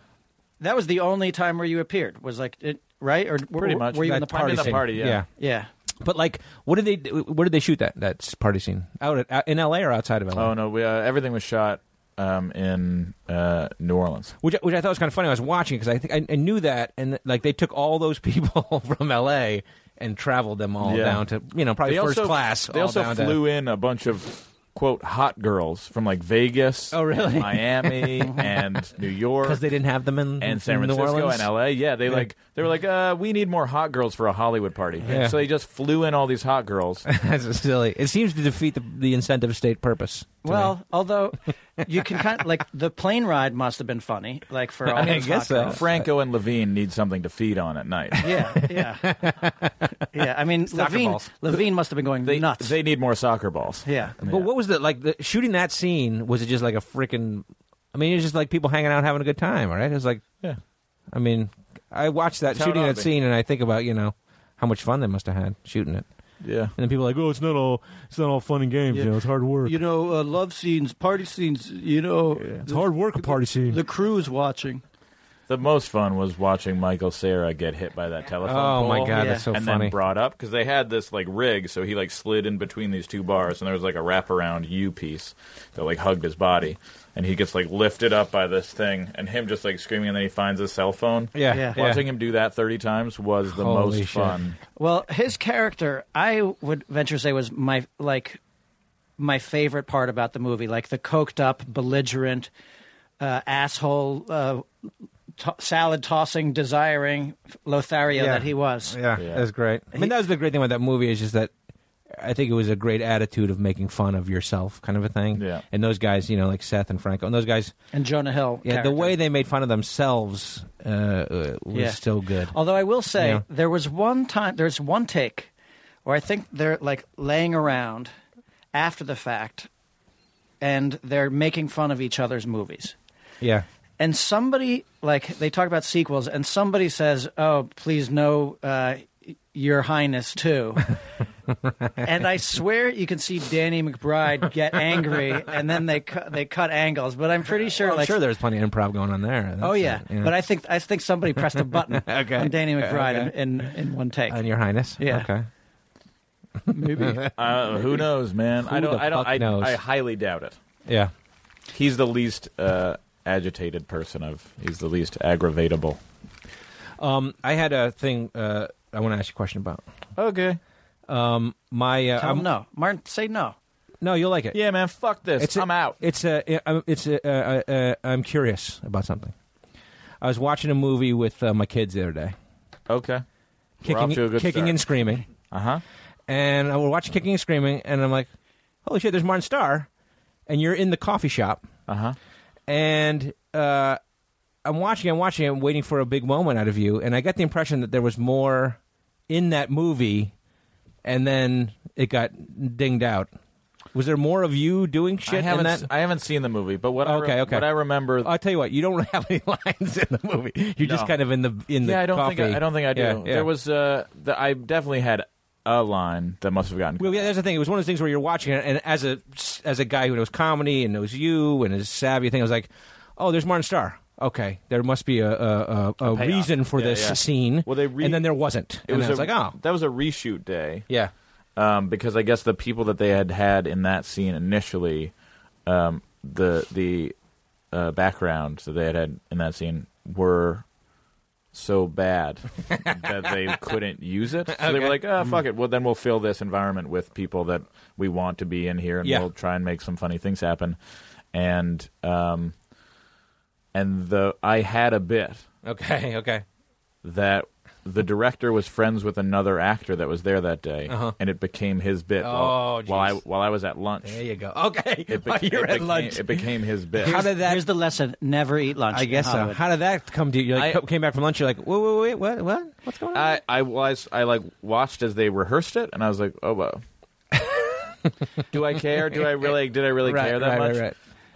that was the only time where you appeared. Was like, it, right? Or
Pretty much.
Were you in
That
the party?
In the
scene.
party, yeah.
Yeah.
But like, what did they? do- Where did they shoot that that s- party scene? Out at, out in L.A. or outside of L.A.
Oh no, we, uh, everything was shot um, in uh, New Orleans.
Which which I thought was kind of funny. I was watching because I think I, I knew that, and like they took all those people from L.A. and traveled them all
Yeah.
down to you know probably first class.
They
all
also
down to-
flew in a bunch of quote hot girls from like Vegas.
Oh, really?
and Miami and New York.
because they didn't have them in
and San
in
Francisco
New Orleans.
and LA. Yeah, they like they were like, uh, we need more hot girls for a Hollywood party.
Yeah.
So they just flew in all these hot girls.
That's silly. It seems to defeat the, the incentive state purpose. to
Well,
me.
although you can kind of like the plane ride must have been funny, like for all
I
those
guess
hot
so.
girls.
Franco and Levine need something to feed on at night.
Yeah, yeah, yeah. I mean,
Soccer
Levine,
balls.
Levine must have been going
They
nuts.
they need more soccer balls.
yeah,
but what was the like the shooting that scene? Was it just like a freaking? I mean, it was just like people hanging out having a good time, all right? It was like,
Yeah.
I mean, I watched that
That's how it
shooting
ought
that
to be.
scene, and I think about you know how much fun they must have had shooting it.
Yeah.
And then people are like, oh, it's not all it's not all fun and games. You know, it's hard work.
know, uh, love scenes, party scenes. You know,
it's hard work. A party scene.
crew's watching.
The most fun was watching Michael Sarah get hit by that telephone
Oh, my
pole
God,
that's
so
and
funny.
then brought up because they had this like rig, so he like slid in between these two bars, and there was like a wraparound U piece that like hugged his body, and he gets like lifted up by this thing, and him just like screaming, and then he finds his cell phone.
yeah,
Yeah.
Watching him do that 30 times was the
Holy
most
shit.
fun.
Well, his character, I would venture to say, was my like my favorite part about the movie, like the coked up, belligerent, uh, asshole, uh, to- salad tossing, desiring Lothario
Yeah.
that he was.
Yeah,
Yeah.
that's great. I mean, that was the great thing about that movie is just that I think it was a great attitude of making fun of yourself, kind of a thing.
Yeah.
And those guys, you know, like Seth and Franco, and those guys,
And Jonah Hill.
yeah,
character.
the way they made fun of themselves uh, uh, was
Yeah. Oh.
still good.
Although I will say
Yeah.
there was one time, there's one take where I think they're like laying around after the fact, and they're making fun of each other's movies.
Yeah.
and somebody like they talk about sequels and somebody says oh please no uh, your highness too and i swear you can see danny mcbride get angry and then they cu- they cut angles but i'm pretty sure
Well, I'm
like
sure there's plenty of improv going on there. That's
oh yeah.
it,
but i think i think somebody pressed a button
Okay.
on danny mcbride
Okay.
in, in in one take
and Your Highness.
Yeah.
Okay.
maybe
Uh, who knows, man? I
Who
don't.
the
I don't.
fuck
I,
knows?
I highly doubt it.
Yeah.
He's the least uh, agitated person of. He's the least aggravatable.
Um, I had a thing uh, I want to ask you a question about.
Okay.
Um, my uh,
Tell
I'm-
him no martin say no
no, you'll like it.
Yeah, man. Fuck this.
It's a-
I'm out.
It's a, I'm- it's a, uh, uh, uh, I'm curious about something. I was watching a movie with uh, my kids the other day,
Okay.
kicking,
off to a good
kicking
start.
and screaming,
Uh huh.
and I was watching kicking and screaming, and I'm like, "Holy shit!" There's Martin Starr, and you're in the coffee shop,
Uh huh.
and uh, I'm watching, I'm watching, I'm waiting for a big moment out of you, and I got the impression that there was more in that movie, and then it got dinged out. Was there more of you doing shit
I haven't.
in that?
s- I haven't seen the movie, but what I
Okay,
re-
okay.
what I remember.
I'll tell you what, you don't have any lines in the movie. You're just
No.
kind of in the in the
yeah, I don't
coffee.
think. I, I don't think I do.
Yeah, yeah.
There was. Uh, the, I definitely had a line that must have gotten.
Well, yeah, that's the thing. It was one of those things where you're watching it, and as a as a guy who knows comedy and knows you and is savvy, thing I was like, oh, there's Martin Starr. Okay, there must be a a, a, a
payoff.
reason for
Yeah,
this
yeah.
scene.
Well, they re-
and then there wasn't.
It
and
was,
I was
a-
like, oh,
that was a reshoot day.
yeah,
um, because I guess the people that they had had in that scene initially, um, the the uh, background that they had had in that scene were so bad that they couldn't use it. So they were like, "Ah, fuck it. Well, then we'll fill this environment with people that we want to be in here, and
Yeah.
we'll try and make some funny things happen." And um, and the I had a bit
okay, okay.
that the director was friends with another actor that was there that day,
Uh-huh.
and it became his bit
Oh,
while, while I
jeez.
while I was at lunch.
There you go. Okay,
It,
While
bec-
you're
it
at
became,
lunch.
it became his bit.
How did that?
here's the lesson never eat lunch
I guess
in
so.
Hollywood.
How did that come to you? You like,
I-
came back from lunch. You're like, wait, wait, wait, what, what, what's going on?
I I was I like watched as they rehearsed it, and I was like, oh wow. Do I care? Do I really? Did I really
right,
care that
right,
much?
right,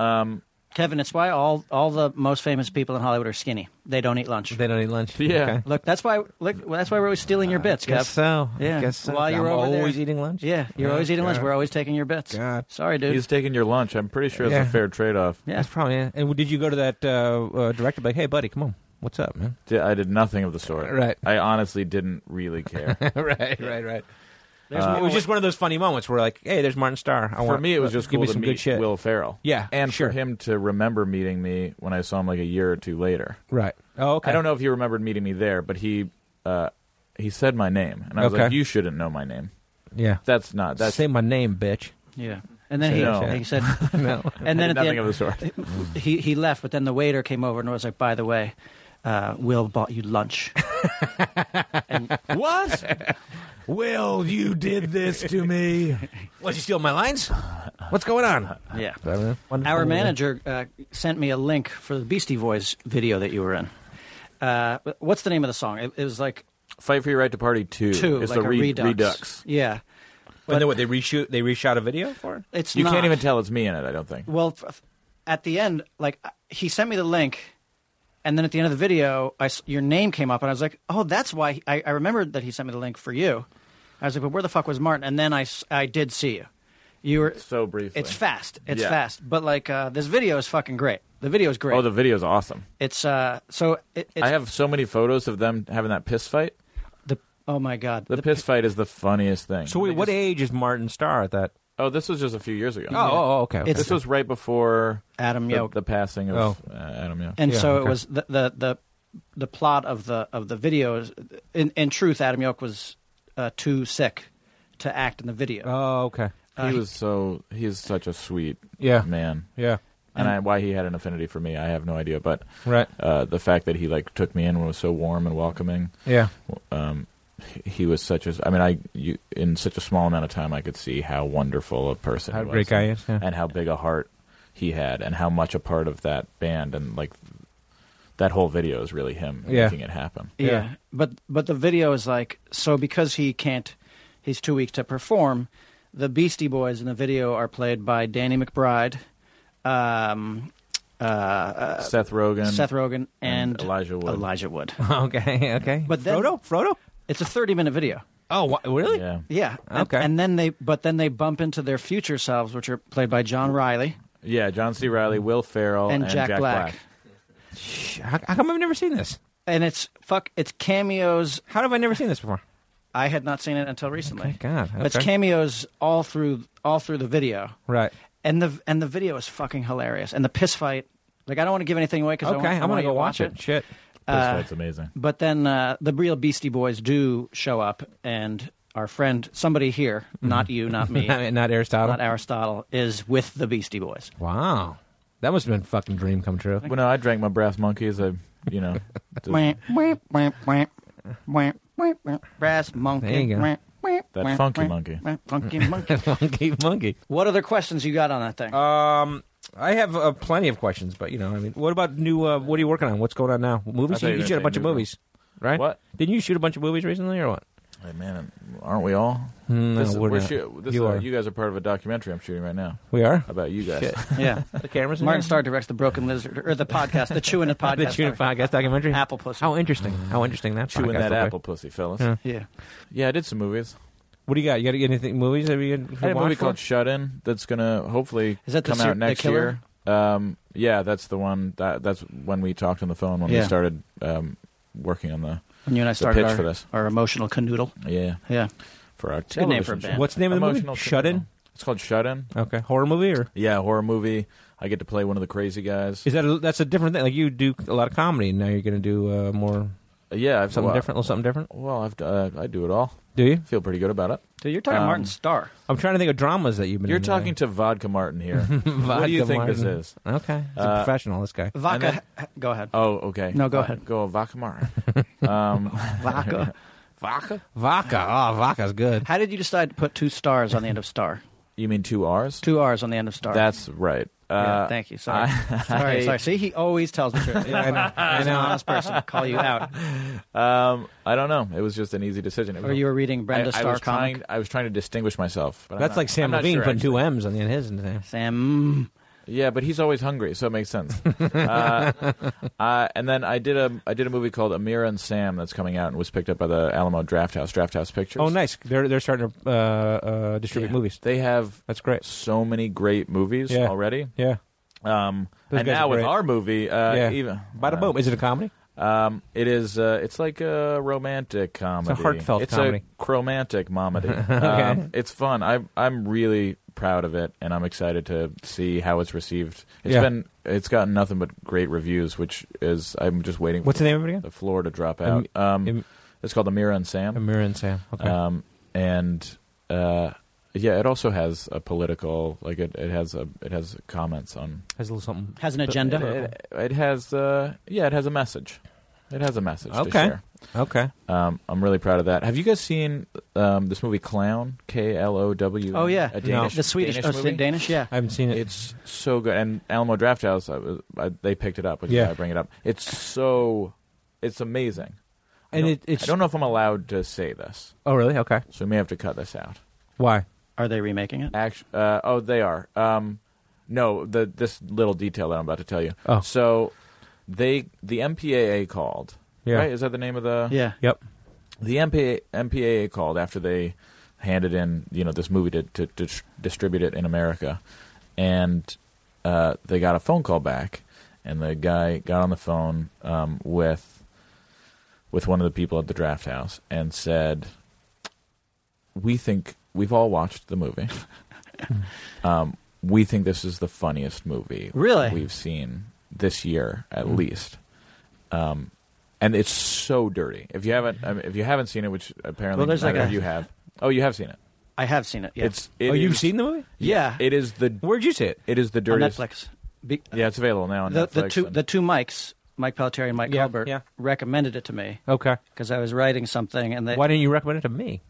right.
kevin it's why all all the most famous people in hollywood are skinny they don't eat lunch
They don't eat lunch.
Yeah.
Okay.
Look, that's why. Look, well, that's why we're always stealing
Uh,
your bits, Kev.
Guess so.
Yeah.
Guess so.
While you're
I'm
over there-
always eating lunch.
Yeah, you're always eating lunch. We're always taking your bits.
God.
Sorry, dude.
He's uh, taking your lunch. I'm pretty sure it's
Yeah.
a fair trade-off.
yeah,
That's probably it. And did you go to that uh, uh, director like, hey, buddy, come on, what's up, man?
Di- I did nothing of the sort.
Right.
I honestly didn't really care.
right, right, right.
There's
it was just one of those funny moments where like, hey, there's Martin Starr. I
for
want,
me, it was just
give
cool
me
to
some
meet
good shit.
Will Ferrell.
Yeah,
and
sure.
for him to remember meeting me when I saw him like a year or two later.
Right. Oh, okay.
I don't know if he remembered meeting me there, but he uh, he said my name, and I was
Okay.
like, "You shouldn't know my name.
Yeah.
That's not that's."
Say my name, bitch.
yeah. And then he,
No.
he said, and
I
then
did
at the
nothing of
end,
the sort.
he he left. But then the waiter came over and was like, "By the way, uh, Will bought you lunch." and
what?
Will, you did this to me. what, you steal my lines? What's going on?
yeah,
Wonderful.
our manager uh, sent me a link for the Beastie Boys video that you were in. Uh, what's the name of the song? It, it was like
Fight for your right to party two.
two,
It's
like
the
a
re-
redux.
redux.
Yeah,
But then what? They reshoot. They reshot a video for it.
it's
You
not.
can't even tell it's me in it. I don't think.
Well, f- f- at the end, like I- he sent me the link, and then at the end of the video, I s your name came up, and I was like, "Oh, that's why." he- I, I remembered that he sent me the link for you. I was like, "But where the fuck was Martin?" And then I, s- I did see you. You were
So briefly.
It's fast. It's
Yeah.
fast. But like uh, this video is fucking great. The video is great.
Oh, the video's awesome.
it's uh so it, it's
I have so many photos of them having that piss fight.
the oh my god
The,
The-
piss fight is the funniest thing.
So wait, what age is Martin Starr at that?
Oh, this was just a few years ago.
Oh, oh, okay. okay. Oh.
It's-
this was right before
Adam
the,
Yoke.
the passing of uh, Adam Yoke.
and
Yeah,
so
okay.
it was the, the the the plot of the of the video is in, in truth Adam Yoke was uh, too sick to act in the video.
oh, okay.
uh,
he was so he's such a sweet
Yeah.
man,
Yeah.
and I, why he had an affinity for me, I have no idea. But
Right.
uh, the fact that he like took me in and was so warm and welcoming,
Yeah.
um, he- he was such a. I mean, I you, in such a small amount of time, I could see how wonderful a person,
How
he was
great guy he is, yeah.
and how big a heart he had, and how much a part of that band and like that whole video is really him
Yeah.
making it happen.
yeah.
yeah.
but but the video is like so because he can't, he's too weak to perform. The Beastie Boys in the video are played by Danny McBride, um, uh, uh,
Seth Rogen,
Seth Rogen, and,
and Elijah Wood.
Elijah Wood.
Okay. Okay.
But then-
Frodo. Frodo.
It's a thirty-minute video.
Oh, wha- really?
yeah,
Yeah. And-
Okay.
And then they, but then they bump into their future selves, which are played by John Riley.
yeah, John C. Riley, Will Ferrell,
and,
Oh, and,
Jack, Black.
How, how come I've never seen this?
And it's fuck. It's cameos.
How have I never seen this before?
I had not seen it until recently.
Thank God.
But it's
Okay.
cameos all through all through the video,
Right.
and the and the video is fucking hilarious. And the piss fight. Like I don't want to give anything away because
Okay.
I want,
I'm
want
gonna
you
go
to
watch it. Shit.
This
Uh,
fight's amazing.
But then uh, the real Beastie Boys do show up, and our friend, somebody here,
Mm-hmm.
not you, not me,
Not, not Aristotle.
not Aristotle, is with the Beastie Boys.
wow. That must have been a fucking dream come true.
Well, no, I drank my brass monkeys. I, you know, did
Wah, wah, wah, wah, wah, wah, wah. Brass monkey.
There you go.
wah, wah,
That
wah,
funky
wah,
monkey.
wah, Funky monkey.
monkey, monkey.
What other questions you got on that thing?
Um, I have uh, plenty of questions, but you know, I mean, what about new? Uh, what are you working on? What's going on now?
I
Movies? You,
thought you were
you
gonna
shot a
say
bunch of
new-
movies, right?
What?
Didn't you shoot a bunch of movies recently, or what?
Hey, man, aren't we all?
No,
this is,
we're not.
shoot- this
Hmm, You
is-
are.
you guys are part of a documentary I'm shooting right now
We are.
about you guys.
Shit.
yeah.
the cameras. in
Martin
there?
Starr directs the Broken Lizard or the podcast, the Chewing It podcast.
the Tuna
sorry.
podcast documentary.
Apple pussy.
How interesting! How interesting that
Chewing
podcast
that
looked like.
apple pussy, fellas.
Yeah.
Yeah.
Yeah.
I did some movies.
What do you got? You got anything? Movies? Have you?
I had a movie called Shut In that's gonna hopefully
Is that the
come
ser-
out
the
next
killer?
year. Um, yeah, that's the one. That that's when we talked on the phone when
Yeah.
we started um, working on the
And you and I
the
started
pitch
our,
for this.
our emotional canoodle.
Yeah,
Yeah.
for our
Good name for a
television
band.
show.
What's the name of the movie?
Emotional
Shut In?
Signal. It's called Shut In.
Okay, horror movie or
Yeah, horror movie. I get to play one of the crazy guys.
is that a, that's a different thing? Like you do a lot of comedy, and now you're going to do uh, more
yeah, I've
something
well,
different, a little something different.
Well, I've d- uh, I do it all.
Do you?
Feel pretty good about it.
So you're talking
Um,
Martin Starr.
I'm trying to think of dramas that you've been.
You're
in, uh,
talking to Vodka Martin here. what
Vodka
do you think this
Martin.
is?
Okay, he's a
Uh,
professional. This guy.
Vaca.
and
go ahead.
Oh, okay.
No, go
Uh,
ahead.
Go Vodka Martin. um,
Vaca.
vodka?
Vodka. Oh, vodka's good.
How did you decide to put two stars on the end of Star?
You mean two R's?
Two R's on the end of Star.
That's right. Uh,
yeah, thank you. Sorry. sorry.
I-
Sorry. See, he always tells the truth.
I know. I
He's an
know.
honest person. Call you out.
Um, I don't know. It was just an easy decision. It
Or
was-
you were reading
I,
Brenda
I
Starr
was
comic.
trying. I was trying to distinguish myself. But I'm
That's
not-
like Sam
I'm not
Levine
sure,
putting
actually.
two M's on the end of his name.
Sam.
Yeah, but he's always hungry, so it makes sense. uh, uh, and then I did a I did a movie called Amira and Sam that's coming out and was picked up by the Alamo Draft House Draft House Pictures.
Oh, nice. They're they're starting to uh, uh, distribute
Yeah.
movies.
They have
That's great.
so many great movies
Yeah.
already.
Yeah.
Um,
Those
and
guys
now
are
with
great.
our movie, uh,
Yeah.
even
Bada
uh,
boom. Is it a comedy?
Um, it is. Uh, it's like a romantic comedy.
heartfelt
it's
comedy.
a chromantic comedy. um, it's fun. I, I'm really proud of it, and I'm excited to see how it's received. It's
Yeah.
been. It's gotten nothing but great reviews, which is. I'm just waiting.
What's
for
the name of it again?
The floor to drop out.
Am-
um,
Am-
it's called Amira and Sam.
Amir and Sam. Okay.
Um, and uh, yeah, it also has a political. Like it, it has a. It has comments on
Has a little something.
Has an agenda.
it, it has, uh, yeah, it has a message. It has a message. To
Okay.
share.
Okay.
Um, I'm really proud of that. Have you guys seen um, this movie Clown? K L O W.
oh yeah,
a Danish,
the Swedish,
Danish
oh,
movie?
Danish, yeah.
I haven't seen it.
It's so good, and Alamo Drafthouse, I was, I, they picked it up, which is
Yeah.
why I bring it up. It's so, it's amazing. I
And
don't-
it- it's-
I don't know if I'm allowed to say this,
oh, really? Okay.
so we may have to cut this out.
Why?
Are they remaking it?
Act- uh, oh, they are. Um, no, the this little detail that I'm about to tell you.
Oh.
So they the MPAA called.
Yeah.
Right? Is that the name of the
Yeah.
Yep.
the MPA, MPAA called after they handed in you know this movie to to, to tr- distribute it in America, and uh, they got a phone call back, and the guy got on the phone um, with with one of the people at the draft house and said, "We think we've all watched the movie. um, we think this is the funniest movie
Really?
we've seen this year at least." Um, and it's so dirty. If you haven't, I mean, if you haven't seen it, which apparently
Well, there's
neither
like
of
a-
you have. Oh, you have seen it.
I have seen it. Yeah.
It's. it
oh, you've
is-
seen the movie?
yeah.
It is the.
Where'd you see it?
It is the
on
dirtiest.
Netflix. Be-
Yeah, it's available now on
the,
Netflix.
the two
and-
the two mics, Mike Pelletary and Mike
Yeah,
Albert,
yeah.
recommended it to me
Okay.
because I was writing something and they,
Why didn't you recommend it to me?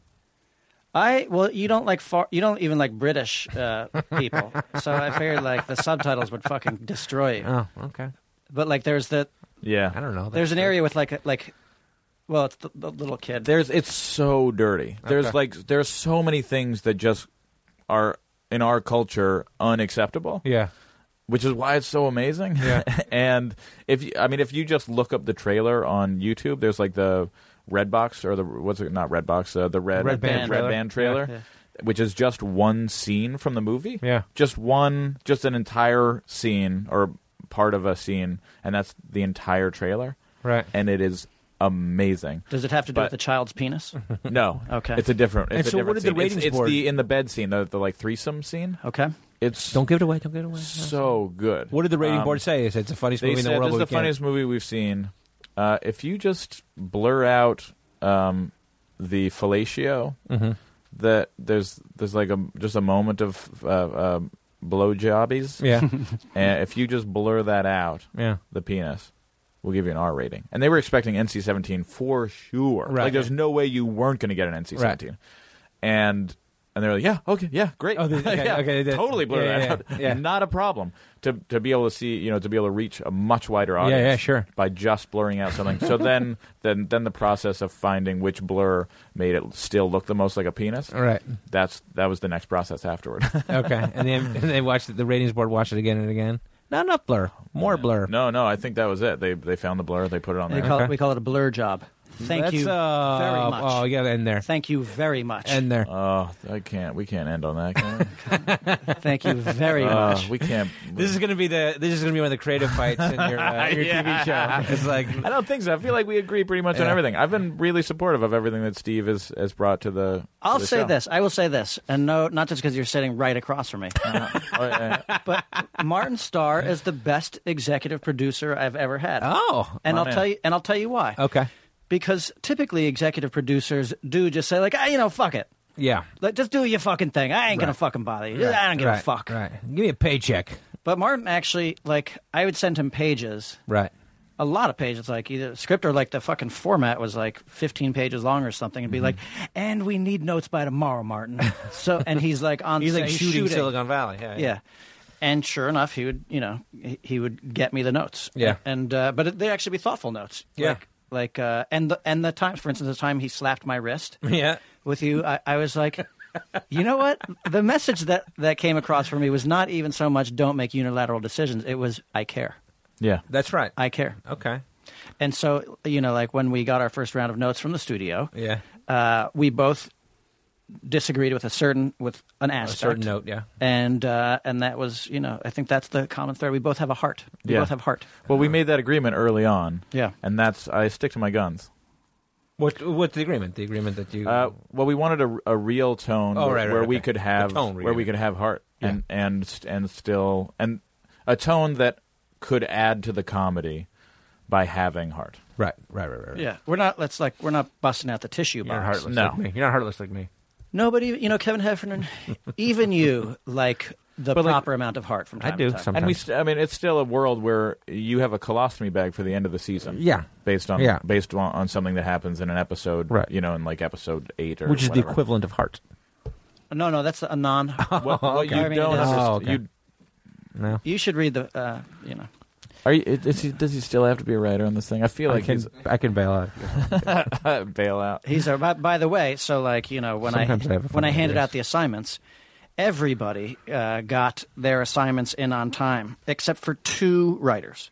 I well you don't like far you don't even like British uh, people, so I figured like the subtitles would fucking destroy
Uh.
you.
Oh, okay.
But like there's the
yeah,
I don't know.
there's an area with like a- like, well it's the, the little kid.
There's it's so dirty. There's
Okay.
like there's so many things that just are in our culture unacceptable,
Yeah.
which is why it's so amazing.
Yeah.
and if you, I mean if you just look up the trailer on YouTube, there's like the red box or the what's it not red box uh, the red
Red
Band
red
trailer.
band trailer.
Yeah.
Which is just one scene from the movie.
Yeah.
Just one, just an entire scene or part of a scene, and that's the entire trailer.
Right.
And it is amazing.
Does it have to do
But-
with the child's penis?
No.
Okay.
It's a different. It's
And
a
so
different
what did the
scene. It's-
ratings
it's,
board-
the in the bed scene, the, the like threesome scene.
Okay.
It's
Don't give it away. Don't give it away.
so good.
What did the rating
Um,
board say? It's, it's the funniest
They
movie in
said
the world.
this
but
is the
we can't-
funniest movie we've seen. Uh, if you just blur out um, the fellatio, that there's there's like a just a moment of uh, uh, blowjobbies.
Mm-hmm. Yeah.
And if you just blur that out,
yeah.
the penis. We'll give you an R rating, and they were expecting NC-17 for sure.
Right.
Like, there's no way you weren't going to get an NC-17, and and they were like, yeah, okay, yeah, great,
Oh, they- okay,
yeah,
okay, they-
totally blur
yeah,
that
yeah,
out,
yeah.
not a problem to to be able to see, you know, to be able to reach a much wider audience,
yeah, sure.
by just blurring out something. so then then then the process of finding which blur made it still look the most like a penis.
All right.
That's that was the next process afterward.
Okay. And then and they watched it. The ratings board watched it again and again. Not enough blur. More blur.
no, no, I think that was it. They they found the blur, they put it on
We
there.
call, it, we call it a blur job. Thank
That's,
you
uh,
very much.
Oh, yeah, in there.
Thank you very much.
And there.
Oh, I can't. We can't end on that. Can we?
Thank you very
Uh,
much.
we can't.
This is gonna be the this is gonna be one of the creative fights in your, uh, your TV show. It's like
I don't think so. I feel like we agree pretty much on
Yeah.
everything. I've been really supportive of everything that Steve has, has brought to the. to
I'll
the
say
show.
this. I will say this, and no, not just because you're sitting right across from me.
Oh, yeah, yeah.
but Martin Starr is the best executive producer I've ever had.
oh
and I'll
man.
tell you, and I'll tell you why.
okay
Because typically executive producers do just say like, ah, you know, fuck it,
yeah
like just do your fucking thing. I ain't gonna fucking bother you. I don't give
Right,
a fuck.
right give me a paycheck
But Martin actually, like, I would send him pages,
right
a lot of pages, like either script or like the fucking format was like 15 pages long or something, and be
Mm-hmm.
like, and we need notes by tomorrow, Martin. So, and he's like on,
he's like
he's
shooting, Silicon Valley
yeah. And sure enough, he would, you know, he, he would get me the notes.
Yeah.
And uh, but it, they'd actually be thoughtful notes.
Yeah.
Like, like uh, and the and the time, for instance, the time he slapped my wrist
yeah
with you, I, I was like, you know what? The message that that came across for me was not even so much "don't make unilateral decisions." It was "I care,
Yeah.
that's right
I care."
okay
And so, you know, like when we got our first round of notes from the studio,
yeah
uh, we both disagreed with a certain with an
a
aspect,
certain note, yeah.
and uh, and that was you know I think that's the common thread. We both have a heart. We
Yeah.
both have heart.
Well, we made that agreement early on.
Yeah.
And that's I stick to my guns.
What what's the agreement? The agreement that you
Uh, well, we wanted a, a real tone
Oh,
where,
right, right,
where we
okay.
could have
The tone we're
where we
giving.
could have heart and and st- and still and a tone that could add to the comedy by having heart.
right, right, right, right. right.
Yeah, we're not. Let's like we're not busting out the tissue
You're not
box.
heartless
No.
like me. You're not heartless like me.
Nobody, you know, Kevin Heffernan, even you like the
But, like,
proper amount of heart from time to time.
And we, st- I mean, it's still a world where you have a colostomy bag for the end of the season.
Yeah.
based on
Yeah.
based on, on something that happens in an episode,
Right.
You know, in like episode eight or
which is the
whatever.
equivalent of heart.
No, no, that's a non.
What, what
okay. I
you
mean,
don't
it is-
understand,
Oh, okay.
you,
No.
you should read the, uh, you know.
are you, is he, does he still have to be a writer on this thing? I feel like
I can
he's
I can bail out.
bail out.
He's our, by, by the way, so like, you know, when
Sometimes
I,
I have a
when I
funny
handed
ideas.
out the assignments, everybody uh, got their assignments in on time, except for two writers.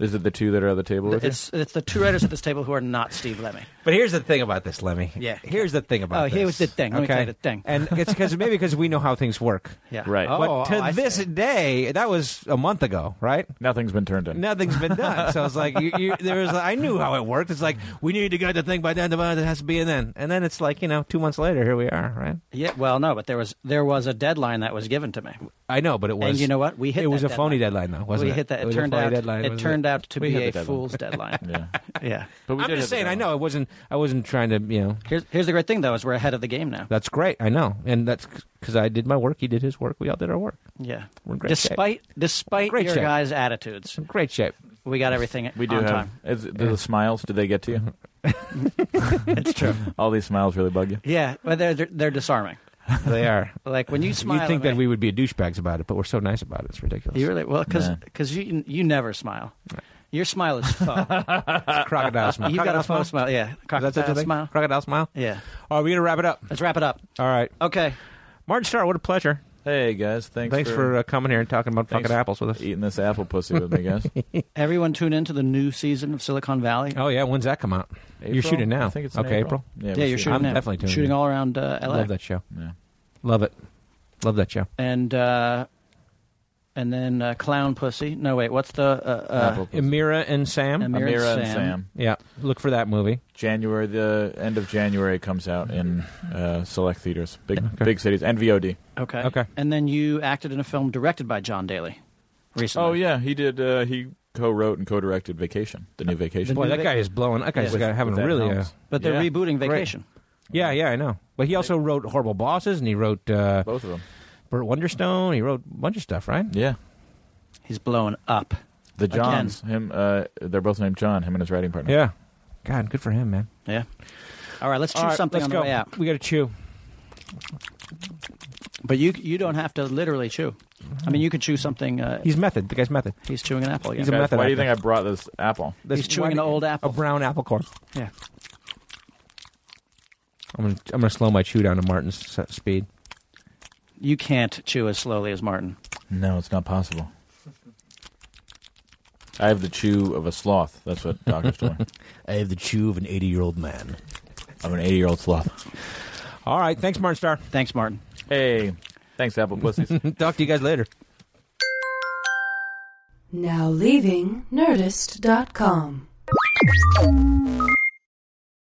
Is it the two that are at the table with you?
It's, it's the two writers at this table who are not Steve Lemmy.
But here's the thing about this, Lemmy.
Yeah.
Here's the thing about
Oh,
this.
here's the thing. Let me tell you the thing.
And it's because maybe because we know how things work.
Yeah.
Right.
Oh,
but to
oh, I
this
see.
day, that was a month ago, right?
Nothing's been turned in.
Nothing's been done. So it's like you, you, there was. I knew how it worked. It's like we need to get the thing by then. the month, It has to be in then. And then it's like you know, two months later, here we are, right?
Yeah, well, no, but there was there was a deadline that was given to me.
I know, but it was.
and you know what? We hit
it
that
was a phony deadline, though, wasn't
we
it?
hit that.
It
It,
was a
turned
phony
out.
deadline,
it
wasn't
turned out to
We
be
hit
a
the deadline.
fool's deadline.
Yeah.
yeah.
But we
I'm
did
just
hit the
saying. I
deadline.
know. I wasn't. I wasn't trying to. You know.
Here's here's the great thing though is we're ahead of the game now.
That's great. I know, and that's because I did my work. He did his work. We all did our work.
Yeah.
We're in great shape.
despite despite
Great
your
shape.
guys' attitudes,
In great shape.
we got everything
We do
on
have
time.
Is, do the smiles. Did they get to you?
It's true.
All these smiles really bug you.
yeah, but they're, they're theyey're disarming.
They are.
Like when you smile,
You'd
at
think that
me-
we would be douchebags about it, but we're so nice about it. It's ridiculous.
you really well because
Nah.
you you never smile. Your smile is faux.
It's crocodile smile.
You've got
crocodile
a faux smile. Yeah,
Is that such a
crocodile
thing?
smile.
Crocodile smile.
Yeah.
Are we gonna wrap it up?
Let's wrap it up.
All right,
Okay.
Martin Starr. What a pleasure.
Hey guys, thanks.
Thanks for uh, coming here and talking about
Thanks
fucking apples with us.
eating this apple pussy with me, guys.
Everyone tune in to the new season of Silicon Valley.
Oh yeah, when's that come out?
April?
You're shooting now.
I think it's in
okay, April.
Yeah,
yeah,
we'll
you're
see.
shooting
I'm
now.
definitely tuning
shooting
in.
all around uh, LA.
Love that show.
Yeah.
Love it. Love that show.
And uh, and then uh, Clown Pussy. No, wait. What's the uh, uh,
Apple pussy.
Amira and Sam.
Amira and
Amira and
Sam.
Sam.
yeah, look for that movie.
January, the end of January comes out in uh, select theaters, big big cities, and VOD.
Okay.
Okay.
And then you acted in a film directed by John Daly recently.
Oh yeah, he did. Uh, he co-wrote and co-directed Vacation, the new Vacation.
Boy,
new
that
va-
guy is blowing. That guy's
Yeah.
got- having
With that
really. Uh,
Helms.
But they're
Yeah.
rebooting
Great.
Vacation.
yeah, yeah, I know. But he also wrote Horrible Bosses, and he wrote uh,
both of them.
Burt Wonderstone. He wrote a bunch of stuff, right?
Yeah,
He's blown up.
the
Again.
Johns. Him. Uh, they're both named John. Him and his writing partner.
Yeah. God, good for him, man.
Yeah. All right. Let's choose
All right,
something
let's
on the
go.
way out.
We got to chew.
But you you don't have to literally chew. I mean, you could chew something. Uh, he's,
He's method. The guy's method.
chewing an apple. Yeah.
He's a
Guys,
method
why do you
actor.
think I brought this apple?
This
He's chewing an old apple.
A brown apple core.
yeah.
I'm gonna, I'm gonna slow my chew down to Martin's s- speed.
You can't chew as slowly as Martin.
No, it's not possible. I have the chew of a sloth. That's what doctors tell me.
I have the chew of an 80 year old man.
I'm an 80 year old sloth.
All right, thanks, Martin Star.
Thanks, Martin.
Hey, thanks, apple pussies.
Talk to you guys later.
Now leaving Nerdist.com.